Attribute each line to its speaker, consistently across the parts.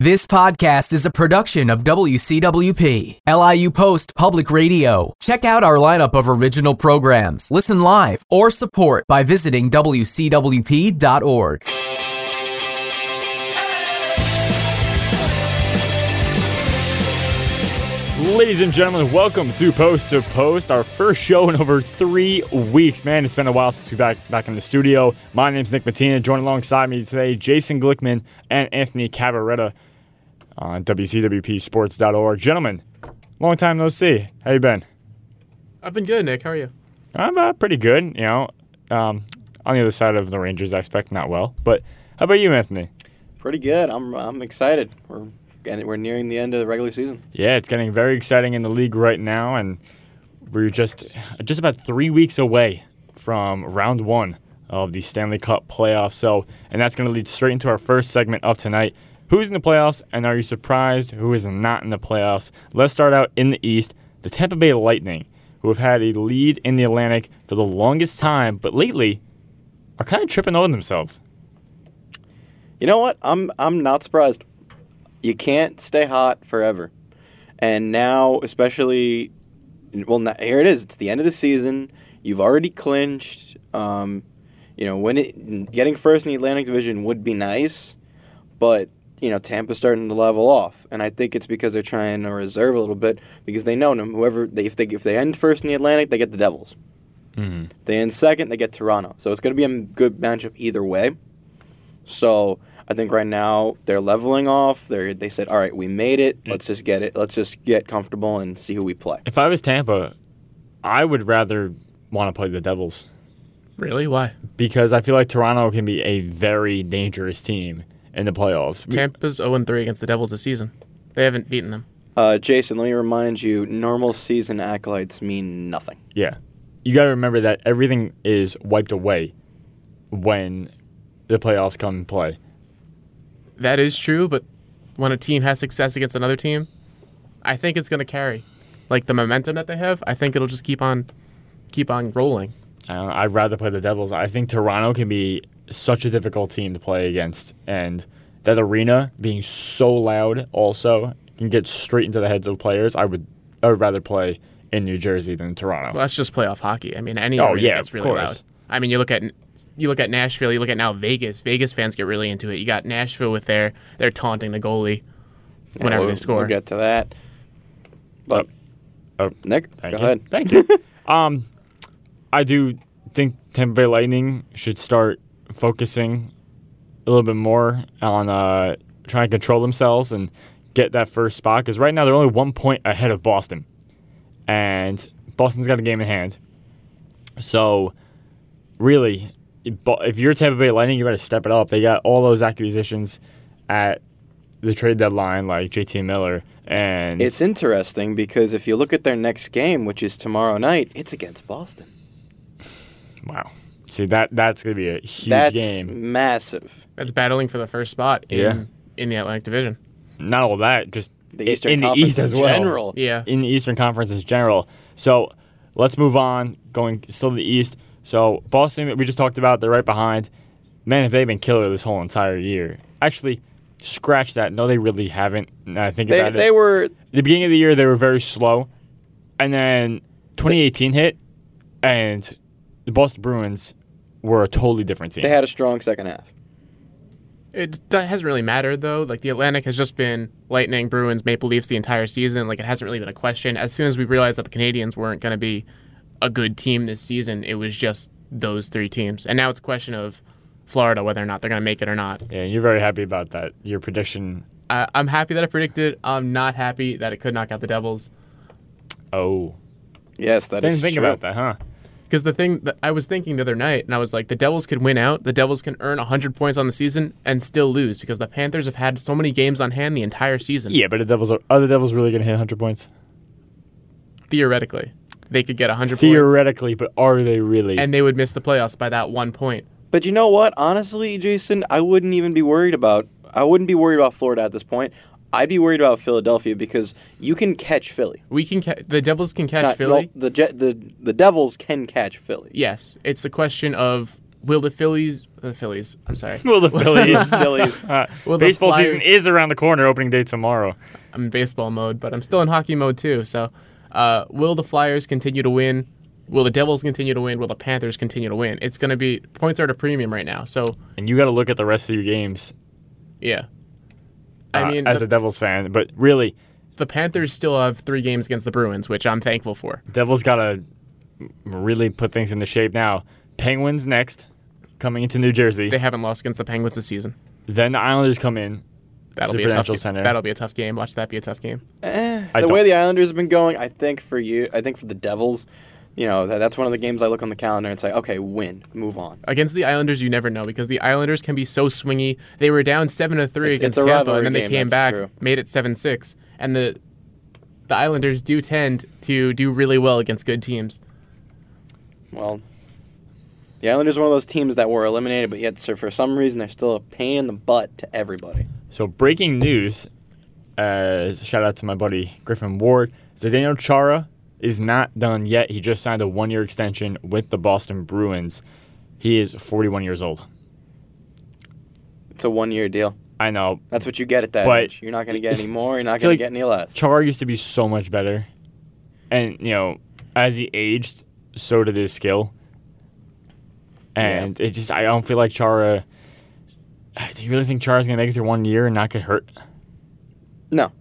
Speaker 1: This podcast is a production of WCWP, LIU Post Public Radio. Check out our lineup of original programs, listen live, or support by visiting WCWP.org.
Speaker 2: Ladies and gentlemen, welcome to Post to Post, our first show in over three weeks. Man, it's been a while since we back back in the studio. My name's Nick Matina. Joined alongside me today, Jason Glickman and Anthony Cavaretta on WCWPSports.org. Gentlemen, long time no see. How you been?
Speaker 3: I've been good, Nick. How are you?
Speaker 2: I'm uh, pretty good. You know, um, on the other side of the Rangers, I expect not well. But how about you, Anthony?
Speaker 4: Pretty good. I'm I'm excited. We're and we're nearing the end of the regular season.
Speaker 2: Yeah, it's getting very exciting in the league right now, and we're just just about three weeks away from round one of the Stanley Cup playoffs. So, and that's going to lead straight into our first segment of tonight. Who's in the playoffs, and are you surprised who is not in the playoffs? Let's start out in the East. The Tampa Bay Lightning, who have had a lead in the Atlantic for the longest time, but lately are kind of tripping over themselves.
Speaker 4: You know what? I'm I'm not surprised. You can't stay hot forever, and now especially, well, now, here it is. It's the end of the season. You've already clinched. Um, you know, when it, getting first in the Atlantic Division would be nice, but you know Tampa's starting to level off, and I think it's because they're trying to reserve a little bit because they know them. Whoever they, if they if they end first in the Atlantic, they get the Devils. If they end second, they get Toronto. So it's going to be a good matchup either way. So I think right now they're leveling off. They they said, all right, we made it.
Speaker 2: Mm.
Speaker 4: Let's just get it. Let's just get comfortable and see who we play.
Speaker 2: If I was Tampa, I would rather want to play the Devils.
Speaker 3: Really? Why?
Speaker 2: because I feel like Toronto can be a very dangerous team in the playoffs.
Speaker 3: Tampa's 0 3 against the Devils this season. They haven't beaten them.
Speaker 4: Uh, Jason, let me remind you, normal season acolytes mean nothing.
Speaker 2: yeah. You got to remember that everything is wiped away when the playoffs come and play.
Speaker 3: That is true, but when a team has success against another team, I think it's going to carry. Like the momentum that they have, I think it'll just keep on keep on rolling.
Speaker 2: I don't know, Uh, I'd rather play the Devils. I think Toronto can be such a difficult team to play against, and that arena being so loud also can get straight into the heads of players. I would I would rather play in New Jersey than Toronto.
Speaker 3: Well, that's just playoff hockey. I mean, any
Speaker 2: Oh,
Speaker 3: arena
Speaker 2: yeah,
Speaker 3: gets
Speaker 2: of
Speaker 3: really
Speaker 2: course.
Speaker 3: loud. I mean, you look at you look at Nashville. You look at now Vegas. Vegas fans get really into it. You got Nashville with their they're taunting the goalie whenever
Speaker 4: we'll,
Speaker 3: they score.
Speaker 4: We'll get to that. But
Speaker 2: Oh,
Speaker 4: Nick,
Speaker 2: Thank
Speaker 4: go
Speaker 2: you.
Speaker 4: ahead.
Speaker 2: Thank you. um, I do think Tampa Bay Lightning should start focusing a little bit more on uh, trying to control themselves and get that first spot because right now they're only one point ahead of Boston, and Boston's got a game in hand. So, really, if Bo- if you're Tampa Bay Lightning, you better step it up. They got all those acquisitions at the trade deadline, like JT Miller, and
Speaker 4: It's interesting because if you look at their next game, which is tomorrow night, it's against Boston.
Speaker 2: Wow. See that that's gonna be a huge
Speaker 4: That's
Speaker 2: game.
Speaker 4: massive.
Speaker 3: That's battling for the first spot in,
Speaker 2: Yeah.
Speaker 3: in the Atlantic Division.
Speaker 2: Not all that, just
Speaker 4: The
Speaker 2: i-
Speaker 4: Eastern
Speaker 2: in the
Speaker 4: Conference
Speaker 2: East as
Speaker 4: in
Speaker 2: well.
Speaker 4: general.
Speaker 3: Yeah.
Speaker 2: In the Eastern Conference in general. So let's move on. Going still to the East. So Boston, we just talked about, they're right behind. Man, have they been killer this whole entire year? Actually, scratch that. No, they really haven't. Now I think
Speaker 4: They,
Speaker 2: about
Speaker 4: they
Speaker 2: it.
Speaker 4: were
Speaker 2: the beginning of the year they were very slow, and then 2018 hit, and the Boston Bruins were a totally different team.
Speaker 4: they had a strong second half.
Speaker 3: It d- hasn't really mattered though. Like the Atlantic has just been Lightning, Bruins, Maple Leafs the entire season. Like it hasn't really been a question. As soon as we realized that the Canadians weren't going to be a good team this season, it was just those three teams. And now it's a question of Florida whether or not they're going to make it or not.
Speaker 2: yeah, you're very happy about that. Your prediction
Speaker 3: I- I'm happy that I predicted. I'm not happy that it could knock out the Devils.
Speaker 2: Oh,
Speaker 4: Yes, that
Speaker 2: didn't
Speaker 4: is
Speaker 2: think
Speaker 4: true.
Speaker 2: about that, huh?
Speaker 3: Because the thing that I was thinking the other night, and I was like, the Devils could win out, the Devils can earn 100 points on the season and still lose because the Panthers have had so many games on hand the entire season.
Speaker 2: Yeah, but the Devils are, are the Devils really going to hit 100 points?
Speaker 3: Theoretically, they could get 100 points.
Speaker 2: Theoretically, but are they really?
Speaker 3: and they would miss the playoffs by that one point.
Speaker 4: But you know what? Honestly, Jason, I wouldn't even be worried about. I wouldn't be worried about Florida at this point. I'd be worried about Philadelphia because you can catch Philly.
Speaker 3: We can ca- the Devils can catch
Speaker 4: Not-
Speaker 3: Philly.
Speaker 4: well, the, Je- the the Devils can catch Philly.
Speaker 3: yes, it's the question of will the Phillies the Phillies. I'm sorry.
Speaker 2: Well, the Phillies.
Speaker 4: Phillies.
Speaker 2: Uh,
Speaker 3: Well, the
Speaker 2: baseball season
Speaker 3: Flyers-
Speaker 2: is around the corner. Opening day tomorrow.
Speaker 3: I'm in baseball mode, but I'm still in hockey mode too. So, uh, will the Flyers continue to win? Will the Devils continue to win? Will the Panthers continue to win? It's going to be points are at a premium right now. So,
Speaker 2: and you got to look at the rest of your games.
Speaker 3: yeah.
Speaker 2: Uh,
Speaker 3: I mean,
Speaker 2: as
Speaker 3: the,
Speaker 2: a Devils fan, but really,
Speaker 3: the Panthers still have three games against the Bruins, which I'm thankful for.
Speaker 2: Devils got to really put things into shape now. Penguins next, coming into New Jersey.
Speaker 3: They haven't lost against the Penguins this season.
Speaker 2: then the Islanders come in.
Speaker 3: That'll
Speaker 2: the
Speaker 3: be a tough.
Speaker 2: Prudential
Speaker 3: ga-
Speaker 2: Center.
Speaker 3: That'll be a tough game. Watch that be a tough game.
Speaker 2: I
Speaker 4: the
Speaker 2: don't-
Speaker 4: way the Islanders have been going, I think for you, I think for the Devils, you know, that, that's one of the games I look on the calendar and say, okay, win, move on.
Speaker 3: Against the Islanders, you never know because the Islanders can be so swingy. They were down seven to three
Speaker 4: It's- it's
Speaker 3: against
Speaker 4: a
Speaker 3: Tampa, and
Speaker 4: rivalry
Speaker 3: then they
Speaker 4: game,
Speaker 3: came
Speaker 4: that's
Speaker 3: back,
Speaker 4: true.
Speaker 3: made it seven six, and the the Islanders do tend to do really well against good teams.
Speaker 4: Well, the Islanders are one of those teams that were eliminated, but yet, so for some reason, they're still a pain in the butt to everybody.
Speaker 2: So breaking news. Uh, shout out to my buddy Griffin Ward. Zdeno Chara is not done yet. He just signed a one-year extension with the Boston Bruins. He is 41 years old.
Speaker 4: It's a one-year deal.
Speaker 2: I know.
Speaker 4: That's what you get at that
Speaker 2: But-
Speaker 4: age. You're not going to get any more. You're not
Speaker 2: feel
Speaker 4: going
Speaker 2: like
Speaker 4: to get any less.
Speaker 2: Char used to be so much better. And, you know, as he aged, so did his skill. And it just, I don't feel like Chara. Do you really think Chara's going to make it through one year and not get hurt?
Speaker 4: no,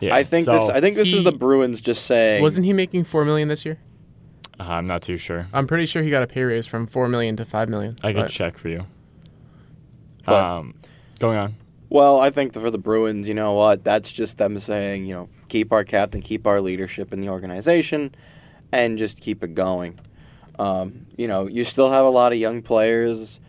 Speaker 2: Yeah.
Speaker 4: I think this.
Speaker 2: so,
Speaker 4: I think this is the
Speaker 3: he-
Speaker 4: Bruins just saying.
Speaker 3: Wasn't he making four million this year?
Speaker 2: uh, I'm not too sure.
Speaker 3: I'm pretty sure he got a pay raise from four million to five million.
Speaker 2: I can
Speaker 3: but
Speaker 2: check for you.
Speaker 4: But-
Speaker 2: um, going on.
Speaker 4: Well, I think for the Bruins, you know what? That's just them saying, you know, keep our captain, keep our leadership in the organization, and just keep it going. Um, you know, you still have a lot of young players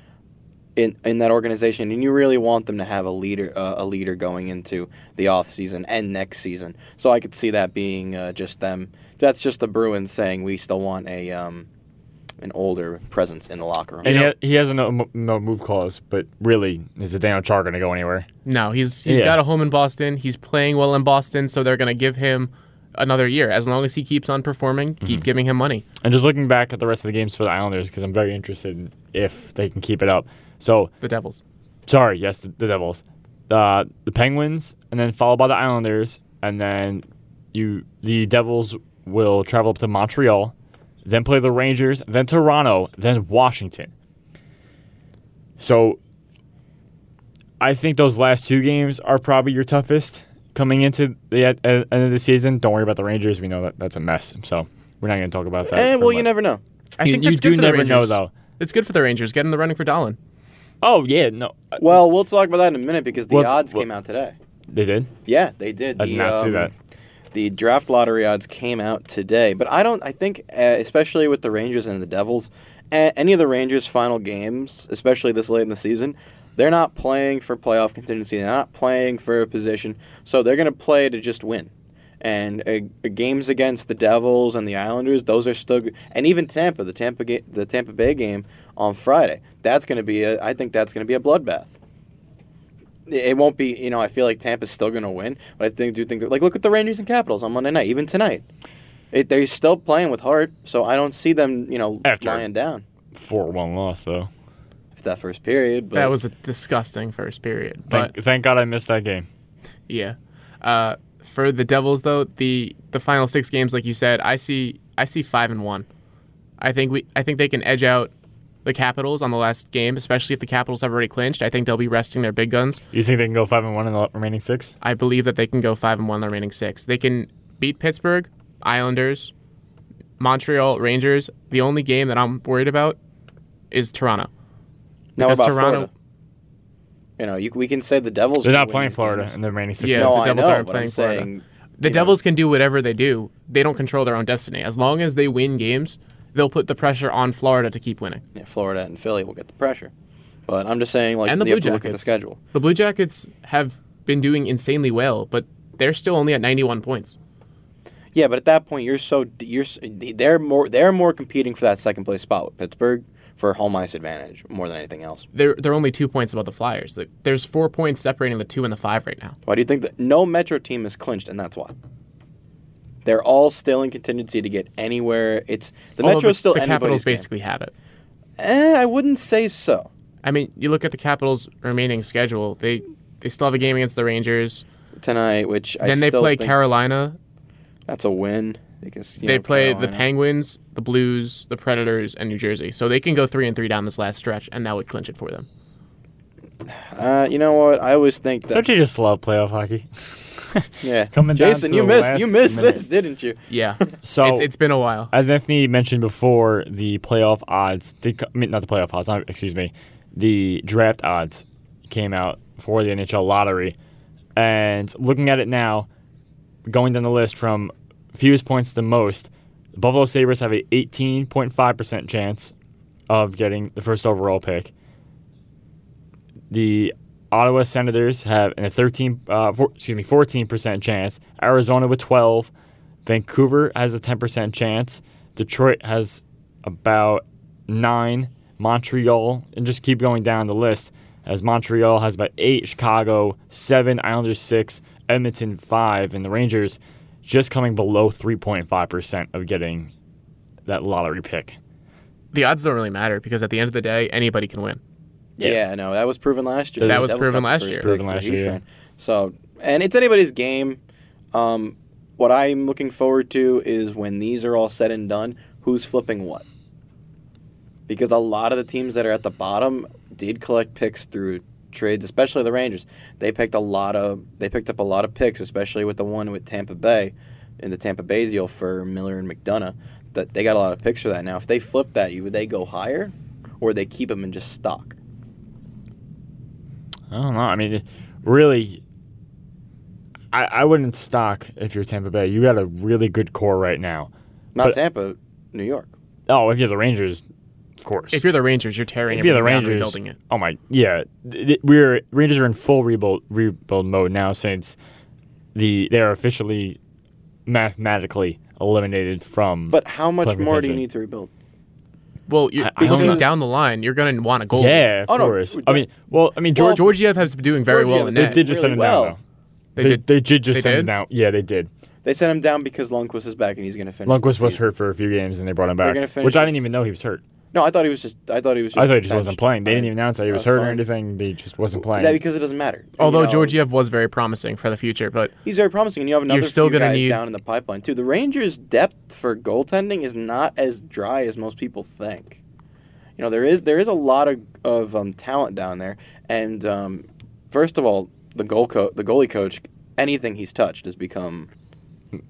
Speaker 4: in in that organization, and you really want them to have a leader uh, a leader going into the off season and next season. So I could see that being uh, just them. That's just the Bruins saying we still want a um, an older presence in the locker room.
Speaker 2: And he, ha- he has a no, mo- no move clause, but really, is Zdeno Char going to go anywhere?
Speaker 3: No, he's he's
Speaker 2: Yeah.
Speaker 3: got a home in Boston. He's playing well in Boston, so they're gonna give him another year as long as he keeps on performing.
Speaker 2: Mm-hmm.
Speaker 3: Keep giving him money.
Speaker 2: And just looking back at the rest of the games for the Islanders, because I'm very interested in if they can keep it up. So
Speaker 3: The Devils.
Speaker 2: Sorry, yes, the, the Devils, uh, the Penguins, and then followed by the Islanders, and then you the Devils will travel up to Montreal, then play the Rangers, then Toronto, then Washington. So I think those last two games are probably your toughest coming into the at, at, end of the season. Don't worry about the Rangers; we know that that's a mess. So we're not going to talk about that.
Speaker 4: Eh,
Speaker 2: for
Speaker 4: well, you
Speaker 2: much.
Speaker 4: never know.
Speaker 3: I
Speaker 2: You-
Speaker 3: think
Speaker 2: you
Speaker 3: that's
Speaker 2: do
Speaker 3: good for the
Speaker 2: never know,
Speaker 3: Rangers.
Speaker 2: though.
Speaker 3: It's good for the Rangers. Get in the running for Dolan.
Speaker 2: Oh yeah, no, uh,
Speaker 4: Well, we'll talk about that in a minute because the
Speaker 2: Well, t-
Speaker 4: odds
Speaker 2: well-
Speaker 4: came out today.
Speaker 2: they did.
Speaker 4: Yeah, they did.
Speaker 2: I
Speaker 4: um,
Speaker 2: did not see that.
Speaker 4: The draft lottery odds came out today, but I don't. I think, uh, especially with the Rangers and the Devils, a- any of the Rangers' final games, especially this late in the season, they're not playing for playoff contingency. They're not playing for a position, so they're going to play to just win. And uh, games against the Devils and the Islanders, those are still, g- and even Tampa, the Tampa, ga- the Tampa Bay game on Friday, that's going to be a. I think that's going to be a bloodbath it won't be. You know, I feel like Tampa's still going to win, but I think do think that, like look at the Rangers and Capitals on Monday night, even tonight. It, they're still playing with heart, so I don't see them. You know,
Speaker 2: After.
Speaker 4: lying down
Speaker 2: Four one loss though.
Speaker 4: for that first period. But
Speaker 3: That was a disgusting first period. But
Speaker 2: Thank, thank God I missed that game.
Speaker 3: Yeah. Uh, for the Devils though, the the final six games, like you said, I see I see five and one. I think we I think they can edge out the Capitals on the last game, especially if the Capitals have already clinched. I think they'll be resting their big guns.
Speaker 2: You think they can go five and one in the remaining six?
Speaker 3: I believe that they can go five and one in the remaining six. They can beat Pittsburgh, Islanders, Montreal, Rangers. The only game that I'm worried about is Toronto.
Speaker 4: now what
Speaker 3: Because
Speaker 4: about
Speaker 3: Toronto
Speaker 4: Florida? You know, you, we can say the Devils.
Speaker 2: They're
Speaker 4: can
Speaker 2: not
Speaker 4: win
Speaker 2: playing
Speaker 4: these
Speaker 2: Florida
Speaker 4: games.
Speaker 2: in the remaining six.
Speaker 3: Yeah,
Speaker 2: games.
Speaker 4: No,
Speaker 3: the
Speaker 4: I
Speaker 3: Devils
Speaker 4: know,
Speaker 3: aren't
Speaker 4: but I'm
Speaker 3: playing Florida.
Speaker 4: saying
Speaker 3: The
Speaker 4: you know,
Speaker 3: Devils can do whatever they do. They don't control their own destiny. As long as they win games, they'll put the pressure on Florida to keep winning.
Speaker 4: yeah, Florida and Philly will get the pressure. But I'm just saying, like,
Speaker 3: And the
Speaker 4: you
Speaker 3: Blue
Speaker 4: have to look at the
Speaker 3: Jackets.
Speaker 4: schedule.
Speaker 3: The Blue Jackets have been doing insanely well, but they're still only at 91 points.
Speaker 4: Yeah, but at that point, you're so you're s- they're more they're more competing for that second place spot with Pittsburgh for home ice advantage more than anything else.
Speaker 3: They're they're only two points above the Flyers. Like, There's four points separating the two and the five right now.
Speaker 4: Why do you think that no Metro team is clinched, and that's why? They're all still in contingency to get anywhere. It's the
Speaker 3: Although
Speaker 4: Metro's
Speaker 3: the-
Speaker 4: still
Speaker 3: the
Speaker 4: anybody's
Speaker 3: Capitals
Speaker 4: game.
Speaker 3: basically have it.
Speaker 4: Eh, I wouldn't say so.
Speaker 3: I mean, you look at the Capitals' remaining schedule. They they still have a game against the Rangers.
Speaker 4: Tonight, which I
Speaker 3: then they
Speaker 4: still
Speaker 3: play
Speaker 4: think
Speaker 3: Carolina.
Speaker 4: That's a win. Because, you
Speaker 3: They
Speaker 4: know,
Speaker 3: play the
Speaker 4: Carolina-
Speaker 3: Penguins, the Blues, the Predators, and New Jersey. So they can go three and three down this last stretch, and that would clinch it for them.
Speaker 4: Uh, you know what? I always think that.
Speaker 2: Don't you just love playoff hockey?
Speaker 4: yeah.
Speaker 2: coming down
Speaker 4: Jason,
Speaker 2: to
Speaker 4: you
Speaker 2: the
Speaker 4: missed.
Speaker 2: last
Speaker 4: You missed
Speaker 2: minute.
Speaker 4: this, didn't you?
Speaker 3: Yeah,
Speaker 2: So
Speaker 3: it's, it's been a while.
Speaker 2: as Anthony mentioned before, the playoff odds, the, co- I mean, not the playoff odds, not, excuse me, the draft odds came out for the NHL lottery. And looking at it now, going down the list from fewest points to most, the Buffalo Sabres have a 18.5% chance of getting the first overall pick. The Ottawa Senators have a 13, uh, four, excuse me, 14% chance. Arizona with 12. Vancouver has a 10% chance. Detroit has about nine. Montreal, and just keep going down the list, as Montreal has about eight. Chicago, seven. Islanders, six. Edmonton, five. And the Rangers just coming below 3.5% of getting that lottery pick.
Speaker 3: The odds don't really matter because at the end of the day, anybody can win.
Speaker 2: Yeah.
Speaker 4: Yeah. no, that was proven last year.
Speaker 2: That
Speaker 4: The
Speaker 3: was
Speaker 4: Devils
Speaker 3: proven
Speaker 4: got the
Speaker 3: last
Speaker 4: first
Speaker 3: year.
Speaker 4: pick
Speaker 2: Proven
Speaker 4: for
Speaker 2: last
Speaker 4: the
Speaker 2: year,
Speaker 4: Eastern.
Speaker 2: yeah.
Speaker 4: So, and it's anybody's game. Um, what I'm looking forward to is when these are all said and done, who's flipping what? Because a lot of the teams that are at the bottom did collect picks through trades, especially the Rangers. They picked a lot of they picked up a lot of picks, especially with the one with Tampa Bay in the Tampa Bay deal for Miller and McDonough. That they got a lot of picks for that. Now, if they flip that, you would they go higher, or they keep them and just stock?
Speaker 2: I don't know. I mean, really, I, I wouldn't stock if you're Tampa Bay. You got a really good core right now.
Speaker 4: Not
Speaker 2: But-
Speaker 4: Tampa, New York.
Speaker 2: Oh, if you're the Rangers, of course.
Speaker 3: If you're the Rangers, you're tearing
Speaker 2: if you're the
Speaker 3: everything down and
Speaker 2: Rangers,
Speaker 3: rebuilding it.
Speaker 2: oh my, yeah, Th- th- we're Rangers are in full rebuild rebuild mode now since the they are officially mathematically eliminated from.
Speaker 4: But how much
Speaker 2: Clever
Speaker 4: more do you
Speaker 2: pigeon.
Speaker 4: need to rebuild?
Speaker 3: Well, you're,
Speaker 2: I- I don't
Speaker 3: because
Speaker 2: know.
Speaker 3: down the line, you're going to want a goal.
Speaker 2: yeah, of
Speaker 4: Oh, no,
Speaker 2: course.
Speaker 4: we
Speaker 2: I mean, well, I mean
Speaker 4: Well,
Speaker 2: George.
Speaker 3: Georgiev has been doing very well in
Speaker 4: Georgiev is-
Speaker 2: they
Speaker 3: net.
Speaker 2: did just send
Speaker 4: really
Speaker 2: him
Speaker 4: well.
Speaker 2: down.
Speaker 3: They
Speaker 2: Though. They,
Speaker 3: did.
Speaker 2: they did just
Speaker 3: they
Speaker 2: send him
Speaker 3: did?
Speaker 2: down. Yeah, they did.
Speaker 4: They sent him down because Lundqvist is back and he's going to finish.
Speaker 2: Lundqvist
Speaker 4: this
Speaker 2: was
Speaker 4: season.
Speaker 2: hurt for a few games, and they brought him
Speaker 4: We're
Speaker 2: back,
Speaker 4: gonna
Speaker 2: which
Speaker 4: finish
Speaker 2: I
Speaker 4: this-
Speaker 2: didn't even know he was hurt.
Speaker 4: No, I thought he was just. I thought he was. Just
Speaker 2: I thought he just wasn't
Speaker 4: benched.
Speaker 2: playing. They didn't
Speaker 4: I-
Speaker 2: even announce that he
Speaker 4: I
Speaker 2: was hurt or
Speaker 4: fine.
Speaker 2: anything. They just wasn't playing.
Speaker 4: That because it doesn't matter.
Speaker 3: Although
Speaker 4: You know,
Speaker 3: Georgiev was very promising for the future, but
Speaker 4: he's very promising, and you have another
Speaker 3: You're still
Speaker 4: few
Speaker 3: gonna
Speaker 4: guys
Speaker 3: need-
Speaker 4: down in the pipeline too. The Rangers' depth for goaltending is not as dry as most people think. You know, there is there is a lot of of um, talent down there, and um, first of all, the goal co- the goalie coach, anything he's touched has become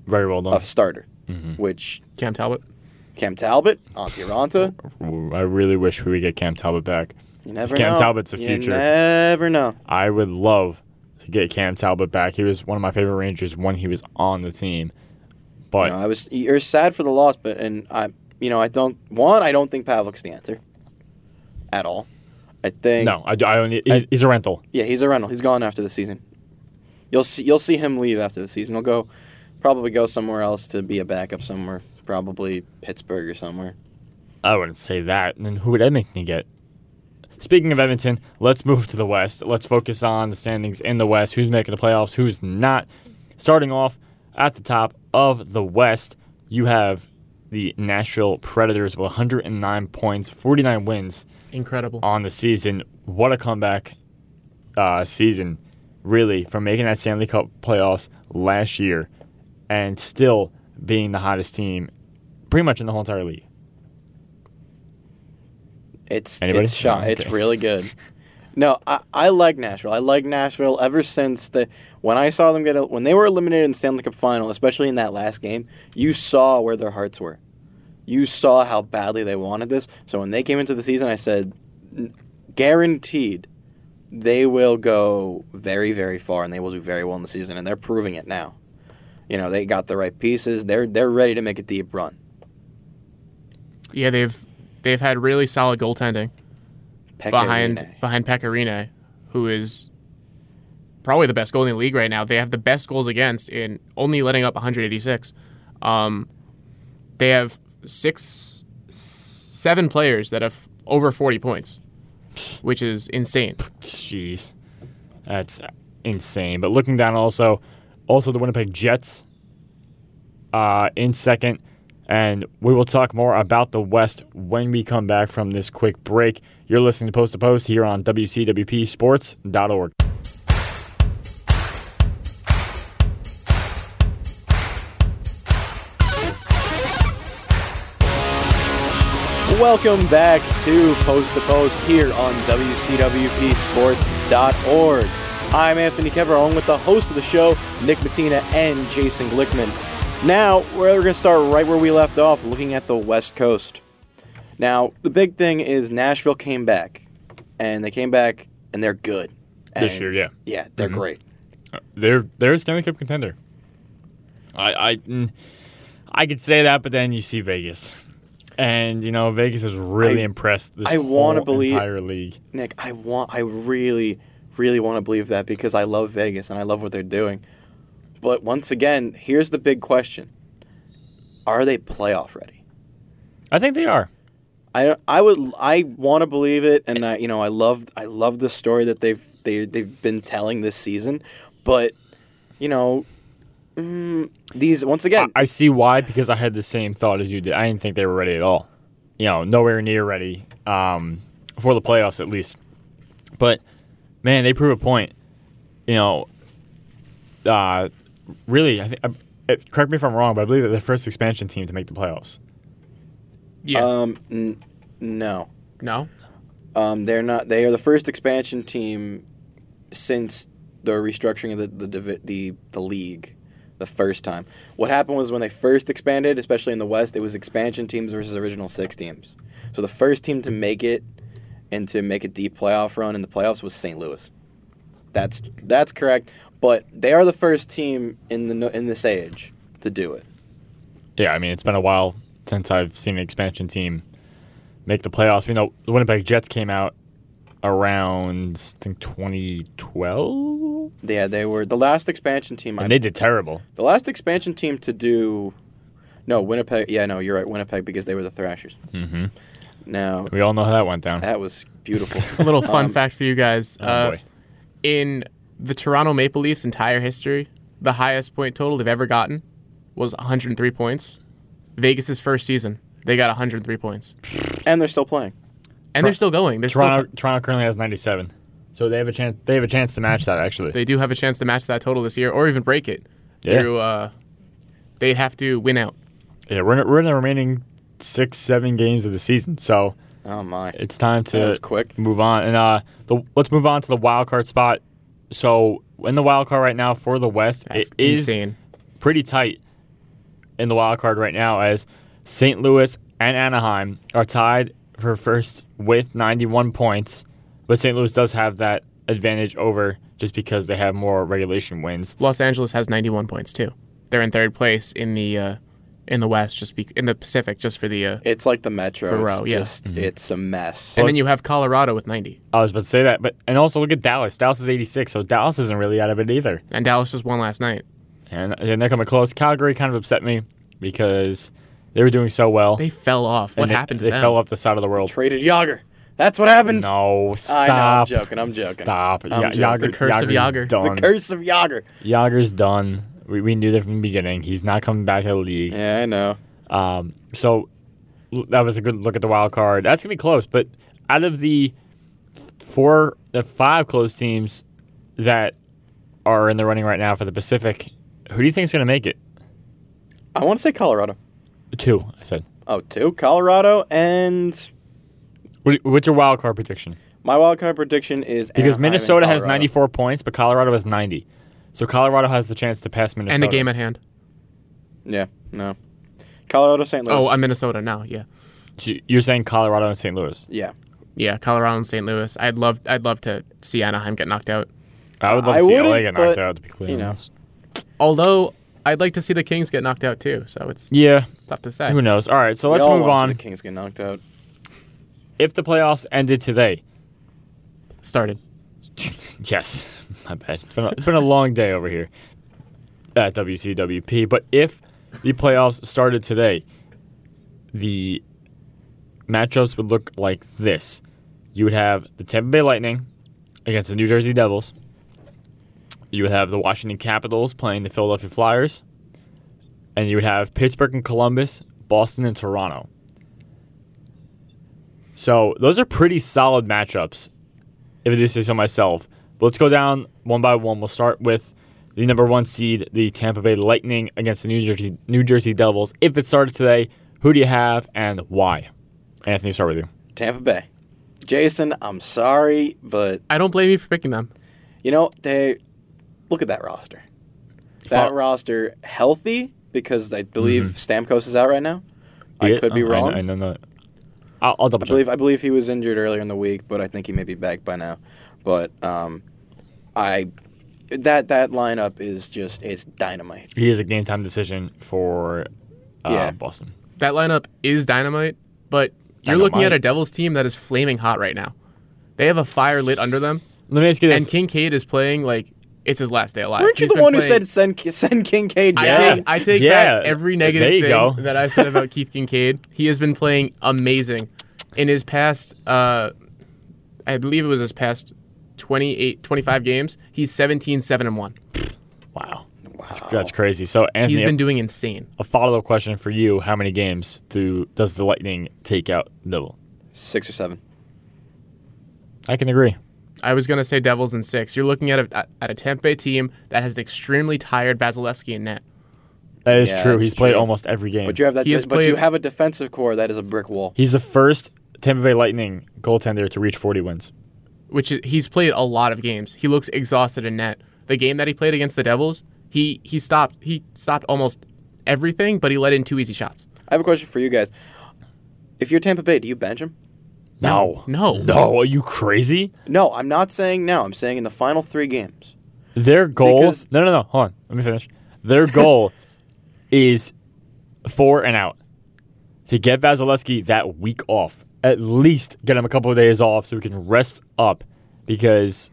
Speaker 2: Very well done.
Speaker 4: a starter,
Speaker 2: Mm-hmm.
Speaker 4: which
Speaker 3: Cam Talbot.
Speaker 4: Cam Talbot, Antti Ranta.
Speaker 2: Ooh, I really wish we would get Cam Talbot back.
Speaker 4: You never
Speaker 2: Cam
Speaker 4: know.
Speaker 2: Talbot's the
Speaker 4: you
Speaker 2: future.
Speaker 4: never know.
Speaker 2: I would love to get Cam Talbot back. He was one of my favorite Rangers when he was on the team. But
Speaker 4: You know, I was you're sad for the loss, but and I you know I don't one I don't think Pavlik's the answer at all. I think
Speaker 2: no, I, I only, he's, he's a rental.
Speaker 4: yeah he's a rental. He's gone after the season. You'll see you'll see him leave after the season. He'll go probably go somewhere else to be a backup somewhere, probably Pittsburgh or somewhere.
Speaker 2: I wouldn't say that. And then who would Edmonton get? Speaking of Edmonton, let's move to the West. Let's focus on the standings in the West. Who's making the playoffs? Who's not? Starting off at the top of the West, you have the Nashville Predators with 109 points, 49 wins.
Speaker 3: Incredible.
Speaker 2: on the season. What a comeback uh, season, really, from making that Stanley Cup playoffs last year and still being the hottest team pretty much in the whole entire league.
Speaker 4: It's
Speaker 2: Anybody?
Speaker 4: it's shot.
Speaker 2: No,
Speaker 4: It's
Speaker 2: okay.
Speaker 4: really good. No, I, I like Nashville. I like Nashville ever since the when I saw them get el- when they were eliminated in the Stanley Cup final, especially in that last game. You saw where their hearts were. You saw how badly they wanted this. So when they came into the season, I said, "N- guaranteed, they will go very very far and they will do very well in the season, and they're proving it now. You know they got the right pieces. They're they're ready to make a deep run.
Speaker 3: Yeah, they've they've had really solid goaltending behind
Speaker 4: Pecorine.
Speaker 3: behind Pecorine, who is probably the best goal in the league right now. They have the best goals against in only letting up 186. Um, they have six, s- seven players that have over 40 points, which is insane.
Speaker 2: Jeez, that's insane. But looking down, also, also the Winnipeg Jets uh, in second, And we will talk more about the West when we come back from this quick break. You're listening to Post to Post here on WCWPSports.org.
Speaker 4: Welcome back to Post to Post here on WCWPSports.org. I'm Anthony Kever, along with the host of the show, Nick Matina and Jason Glickman. Now, we're going to start right where we left off, looking at the West Coast. Now, the big thing is Nashville came back, and they came back, and they're good.
Speaker 2: This
Speaker 4: And-
Speaker 2: year, yeah. Mm-hmm.
Speaker 4: Yeah, they're great.
Speaker 2: They're they're a Stanley Cup contender. I I mm, I could say that, but then you see Vegas, and you know Vegas has really
Speaker 4: I-
Speaker 2: impressed this
Speaker 4: I wanna
Speaker 2: whole
Speaker 4: believe-
Speaker 2: entire league.
Speaker 4: Nick, I want, I really, really want to believe that because I love Vegas and I love what they're doing. But once again, here's the big question: Are they playoff ready?
Speaker 2: I think they are.
Speaker 4: I, I would, I want to believe it, and I, you know, I love, I love the story that they've, they, they've been telling this season. But, you know, mm, these once again,
Speaker 2: I see why because I had the same thought as you did. I didn't think they were ready at all. You know, nowhere near ready um, for the playoffs at least. But man, they prove a point. You know, uh, really, I think. I, if- correct me if I'm wrong, but I believe they're the first expansion team to make the playoffs.
Speaker 3: Yeah.
Speaker 2: Uh,
Speaker 4: um, n- no,
Speaker 3: no.
Speaker 4: um, they're not. They are the first expansion team since the restructuring of the the divi- the, the league the first time. What happened was when they first expanded, especially in the West, it was expansion teams versus original six teams. So the first team to make it and to make a deep playoff run in the playoffs was St. Louis. That's that's correct. But they are the first team in the no- in this age to do it.
Speaker 2: Yeah, I mean, it's been a while since I've seen an expansion team make the playoffs. You know, the Winnipeg Jets came out around I think 2012,
Speaker 4: Yeah, they were the last expansion team. I
Speaker 2: and they did terrible.
Speaker 4: The last expansion team to do, no Winnipeg. Yeah, no, you're right, Winnipeg because they were the Thrashers. Mm-hmm. Now
Speaker 2: We all know how that went
Speaker 3: Uh,
Speaker 2: down.
Speaker 4: that was beautiful.
Speaker 3: A little fun fact for you guys.
Speaker 2: Oh,
Speaker 3: uh,
Speaker 2: boy.
Speaker 3: in the Toronto Maple Leafs' entire history, the highest point total they've ever gotten was 103 points. Vegas' first season, they got 103 points.
Speaker 4: and they're still playing.
Speaker 3: And they're still going. They're
Speaker 2: Toronto,
Speaker 3: still
Speaker 2: Toronto currently has 97, so they have a chance. They have a chance to match that actually.
Speaker 3: they do have a chance to match that total this year or even break it.
Speaker 2: Yeah.
Speaker 3: Through uh, they'd have to win out.
Speaker 2: yeah, we're in, we're in the remaining six, seven games of the season, so
Speaker 4: Oh my!
Speaker 2: it's time
Speaker 4: That
Speaker 2: to
Speaker 4: was quick.
Speaker 2: move on. And uh, the, let's move on to the wild card spot. So in the wild card right now for the West,
Speaker 3: That's
Speaker 2: it is
Speaker 3: insane.
Speaker 2: pretty tight in the wild card right now as St. Louis and Anaheim are tied for first with 91 points, but St. Louis does have that advantage over just because they have more regulation wins.
Speaker 3: Los Angeles has 91 points too. They're in third place in the uh, in the West, just be- in the Pacific, just for the. Uh,
Speaker 4: It's like the Metro. It's
Speaker 3: Burrow, yeah.
Speaker 4: just
Speaker 2: Mm-hmm.
Speaker 4: it's a mess.
Speaker 3: and then you have Colorado with 90,
Speaker 2: I was about to say that, but and also look at Dallas. Dallas is 86, so Dallas isn't really out of it either.
Speaker 3: and Dallas just won last night.
Speaker 2: And, and they're coming close. Calgary kind of upset me because they were doing so well.
Speaker 3: They fell off. What
Speaker 2: and they-
Speaker 3: happened to
Speaker 2: They
Speaker 3: them?
Speaker 2: fell off the side of the world.
Speaker 4: Traded Yager. That's what happened.
Speaker 2: No,
Speaker 4: I'm
Speaker 2: stop.
Speaker 4: joking, I'm joking.
Speaker 2: Stop.
Speaker 4: I'm joking.
Speaker 2: Yager-
Speaker 3: The curse of
Speaker 2: Yager's
Speaker 3: Yager. The
Speaker 4: The
Speaker 2: done.
Speaker 4: curse of Yager.
Speaker 2: Yager's done. We, we knew that from the beginning. He's not coming back to the league.
Speaker 4: Yeah, I know.
Speaker 2: Um, so l- that was a good look at the wild card. That's gonna be close. But out of the four, the five close teams that are in the running right now for the Pacific, who do you think is gonna make it?
Speaker 4: I want to say Colorado.
Speaker 2: Two, I said.
Speaker 4: Oh, two Colorado and
Speaker 2: What- What's your wild card prediction?
Speaker 4: my wild card prediction is
Speaker 2: Because
Speaker 4: Anaheim and
Speaker 2: Minnesota has
Speaker 4: Colorado.
Speaker 2: 94 points, but Colorado has 90. So Colorado has the chance to pass Minnesota.
Speaker 3: and a game at hand.
Speaker 4: Yeah, no. Colorado, St. Louis.
Speaker 3: Oh, I'm Minnesota now. Yeah,
Speaker 2: So You're saying Colorado and St. Louis.
Speaker 4: yeah.
Speaker 3: yeah. Colorado and St. Louis. I'd love, I'd love to see Anaheim get knocked out.
Speaker 2: I would love
Speaker 4: I
Speaker 2: to see LA
Speaker 4: wouldn't,
Speaker 2: get knocked
Speaker 4: but,
Speaker 2: out. To be clear,
Speaker 4: you know.
Speaker 3: Although I'd like to see the Kings get knocked out too. So it's,
Speaker 2: Yeah,
Speaker 3: it's tough to say.
Speaker 2: Who knows? All right, so
Speaker 4: We
Speaker 2: let's
Speaker 4: all
Speaker 2: move
Speaker 4: wanna see
Speaker 2: on.
Speaker 4: The Kings get knocked out.
Speaker 2: If the playoffs ended today,
Speaker 3: Started.
Speaker 2: yes, my bad. It's been a, it's been a long day over here at WCWP. But if the playoffs started today, the matchups would look like this: you would have the Tampa Bay Lightning against the New Jersey Devils. You would have the Washington Capitals playing the Philadelphia Flyers, and you would have Pittsburgh and Columbus, Boston, and Toronto. So those are pretty solid matchups, if I do say so myself. But let's go down one by one. We'll start with the number one seed, the Tampa Bay Lightning, against the New Jersey New Jersey Devils. If it started today, who do you have and why? Anthony, start with you.
Speaker 4: Tampa Bay. Jason, I'm sorry, but
Speaker 3: I don't blame you for picking them.
Speaker 4: you know they look at that roster. That
Speaker 2: Fo-
Speaker 4: roster healthy because I believe
Speaker 3: Mm-hmm.
Speaker 4: Stamkos is out right now. I
Speaker 2: Yeah,
Speaker 4: could be
Speaker 2: uh,
Speaker 4: wrong.
Speaker 2: I, know that. I'll, I'll double
Speaker 4: I
Speaker 2: check.
Speaker 4: believe I believe he was injured earlier in the week, but I think he may be back by now. But um, I that that lineup is just it's dynamite.
Speaker 2: he is a game time decision for uh,
Speaker 4: Yeah.
Speaker 2: Boston.
Speaker 3: That lineup is dynamite, but you're looking
Speaker 2: Dynamite.
Speaker 3: at a Devils team that is flaming hot right now. They have a fire lit under them,
Speaker 2: Let me ask you this.
Speaker 3: and Kincaid is playing like it's his last day alive.
Speaker 4: Weren't you
Speaker 3: Uh, He's
Speaker 4: the
Speaker 3: been
Speaker 4: one who
Speaker 3: playing-
Speaker 4: said send send Kincaid
Speaker 3: I
Speaker 4: down?
Speaker 2: Yeah.
Speaker 3: take, I take
Speaker 2: Yeah.
Speaker 3: back every
Speaker 2: There
Speaker 3: negative
Speaker 2: you
Speaker 3: thing
Speaker 2: go.
Speaker 3: that I said about Keith Kincaid. He has been playing amazing. In his past, uh, I believe it was his past 28, 25 games, he's 17, 7 and 1.
Speaker 2: wow. That's, that's crazy. So Anthony,
Speaker 3: He's been doing insane.
Speaker 2: a follow-up question for you: How many games do does the Lightning take out Devil?
Speaker 4: Six or seven.
Speaker 2: I can agree.
Speaker 3: I was going to say Devils in six. You're looking at a, at a Tempe team that has an extremely tired Vasilevsky in net.
Speaker 2: That is
Speaker 4: Yeah,
Speaker 2: true.
Speaker 4: that's
Speaker 2: He's played
Speaker 4: true.
Speaker 2: almost every game.
Speaker 4: But you have that.
Speaker 3: He has
Speaker 4: Just, but you
Speaker 3: played-
Speaker 4: have a defensive core that is a brick wall.
Speaker 2: He's the first Tampa Bay Lightning goaltender to reach 40 wins.
Speaker 3: which is, he's played a lot of games. He looks exhausted in net. The game that he played against the Devils, he he stopped he stopped almost everything, but he let in two easy shots.
Speaker 4: I have a question for you guys. If you're Tampa Bay, do you bench him?
Speaker 2: No.
Speaker 3: No.
Speaker 2: No, are you crazy?
Speaker 4: No, I'm not saying now. I'm saying in the final three games.
Speaker 2: Their goal.
Speaker 4: Because-
Speaker 2: no, no, no. Hold on. Let me finish. Their goal is four and out to get Vasilevsky that week off. At least get him a couple of days off so we can rest up because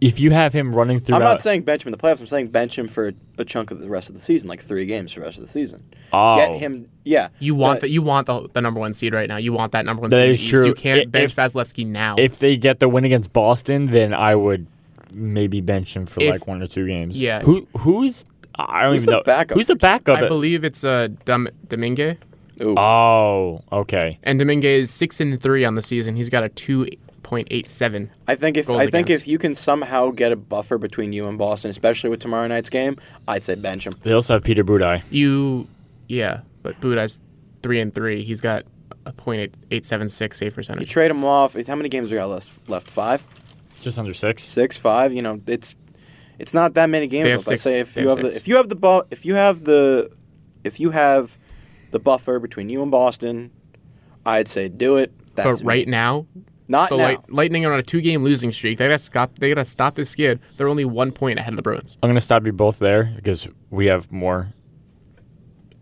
Speaker 2: if you have him running through,
Speaker 4: I'm not saying bench him in the playoffs. I'm saying bench him for a chunk of the rest of the season, like three games for the rest of the season.
Speaker 2: oh,
Speaker 4: Get him. Yeah.
Speaker 3: You want
Speaker 4: but
Speaker 3: the you want the, the number one seed right now. You want that number one
Speaker 2: That
Speaker 3: seed. in
Speaker 2: is
Speaker 3: the East.
Speaker 2: true.
Speaker 3: You can't
Speaker 2: I-
Speaker 3: bench
Speaker 2: if-
Speaker 3: Vasilevsky now.
Speaker 2: if they get the win against Boston, then I would maybe bench him for
Speaker 3: If-
Speaker 2: like one or two games.
Speaker 3: Yeah.
Speaker 2: Who who's I don't
Speaker 4: Who's
Speaker 2: even
Speaker 4: the
Speaker 2: know
Speaker 4: backup?
Speaker 2: who's the backup.
Speaker 3: I believe it's uh Dom, Domingue,
Speaker 4: ooh,
Speaker 2: oh, okay.
Speaker 3: and Domingue is six and three on the season. He's got a two point eight seven.
Speaker 4: I think if
Speaker 3: goals
Speaker 4: I think
Speaker 3: against.
Speaker 4: if you can somehow get a buffer between you and Boston, especially with tomorrow night's game, I'd say bench him.
Speaker 2: They also have Peter Budai.
Speaker 3: You, yeah, but Budai's three and three. He's got a point eight eight seven six save
Speaker 4: You
Speaker 3: percentage.
Speaker 4: trade him off. How many games we got left? Left five,
Speaker 2: Just under six.
Speaker 4: six, five. You know, it's it's not that many games.
Speaker 3: They have
Speaker 4: left. I
Speaker 3: six.
Speaker 4: say if
Speaker 3: They
Speaker 4: you
Speaker 3: have
Speaker 4: have the
Speaker 3: six.
Speaker 4: if you have the ball if you have the if you have the buffer between you and Boston, I'd say do it. That's
Speaker 3: But right
Speaker 4: me.
Speaker 3: now,
Speaker 4: not
Speaker 3: the
Speaker 4: now.
Speaker 3: light, Lightning are on a two-game losing streak. They gotta stop. They gotta stop this skid. They're only one point ahead of the Bruins.
Speaker 2: I'm gonna stop you both there because we have more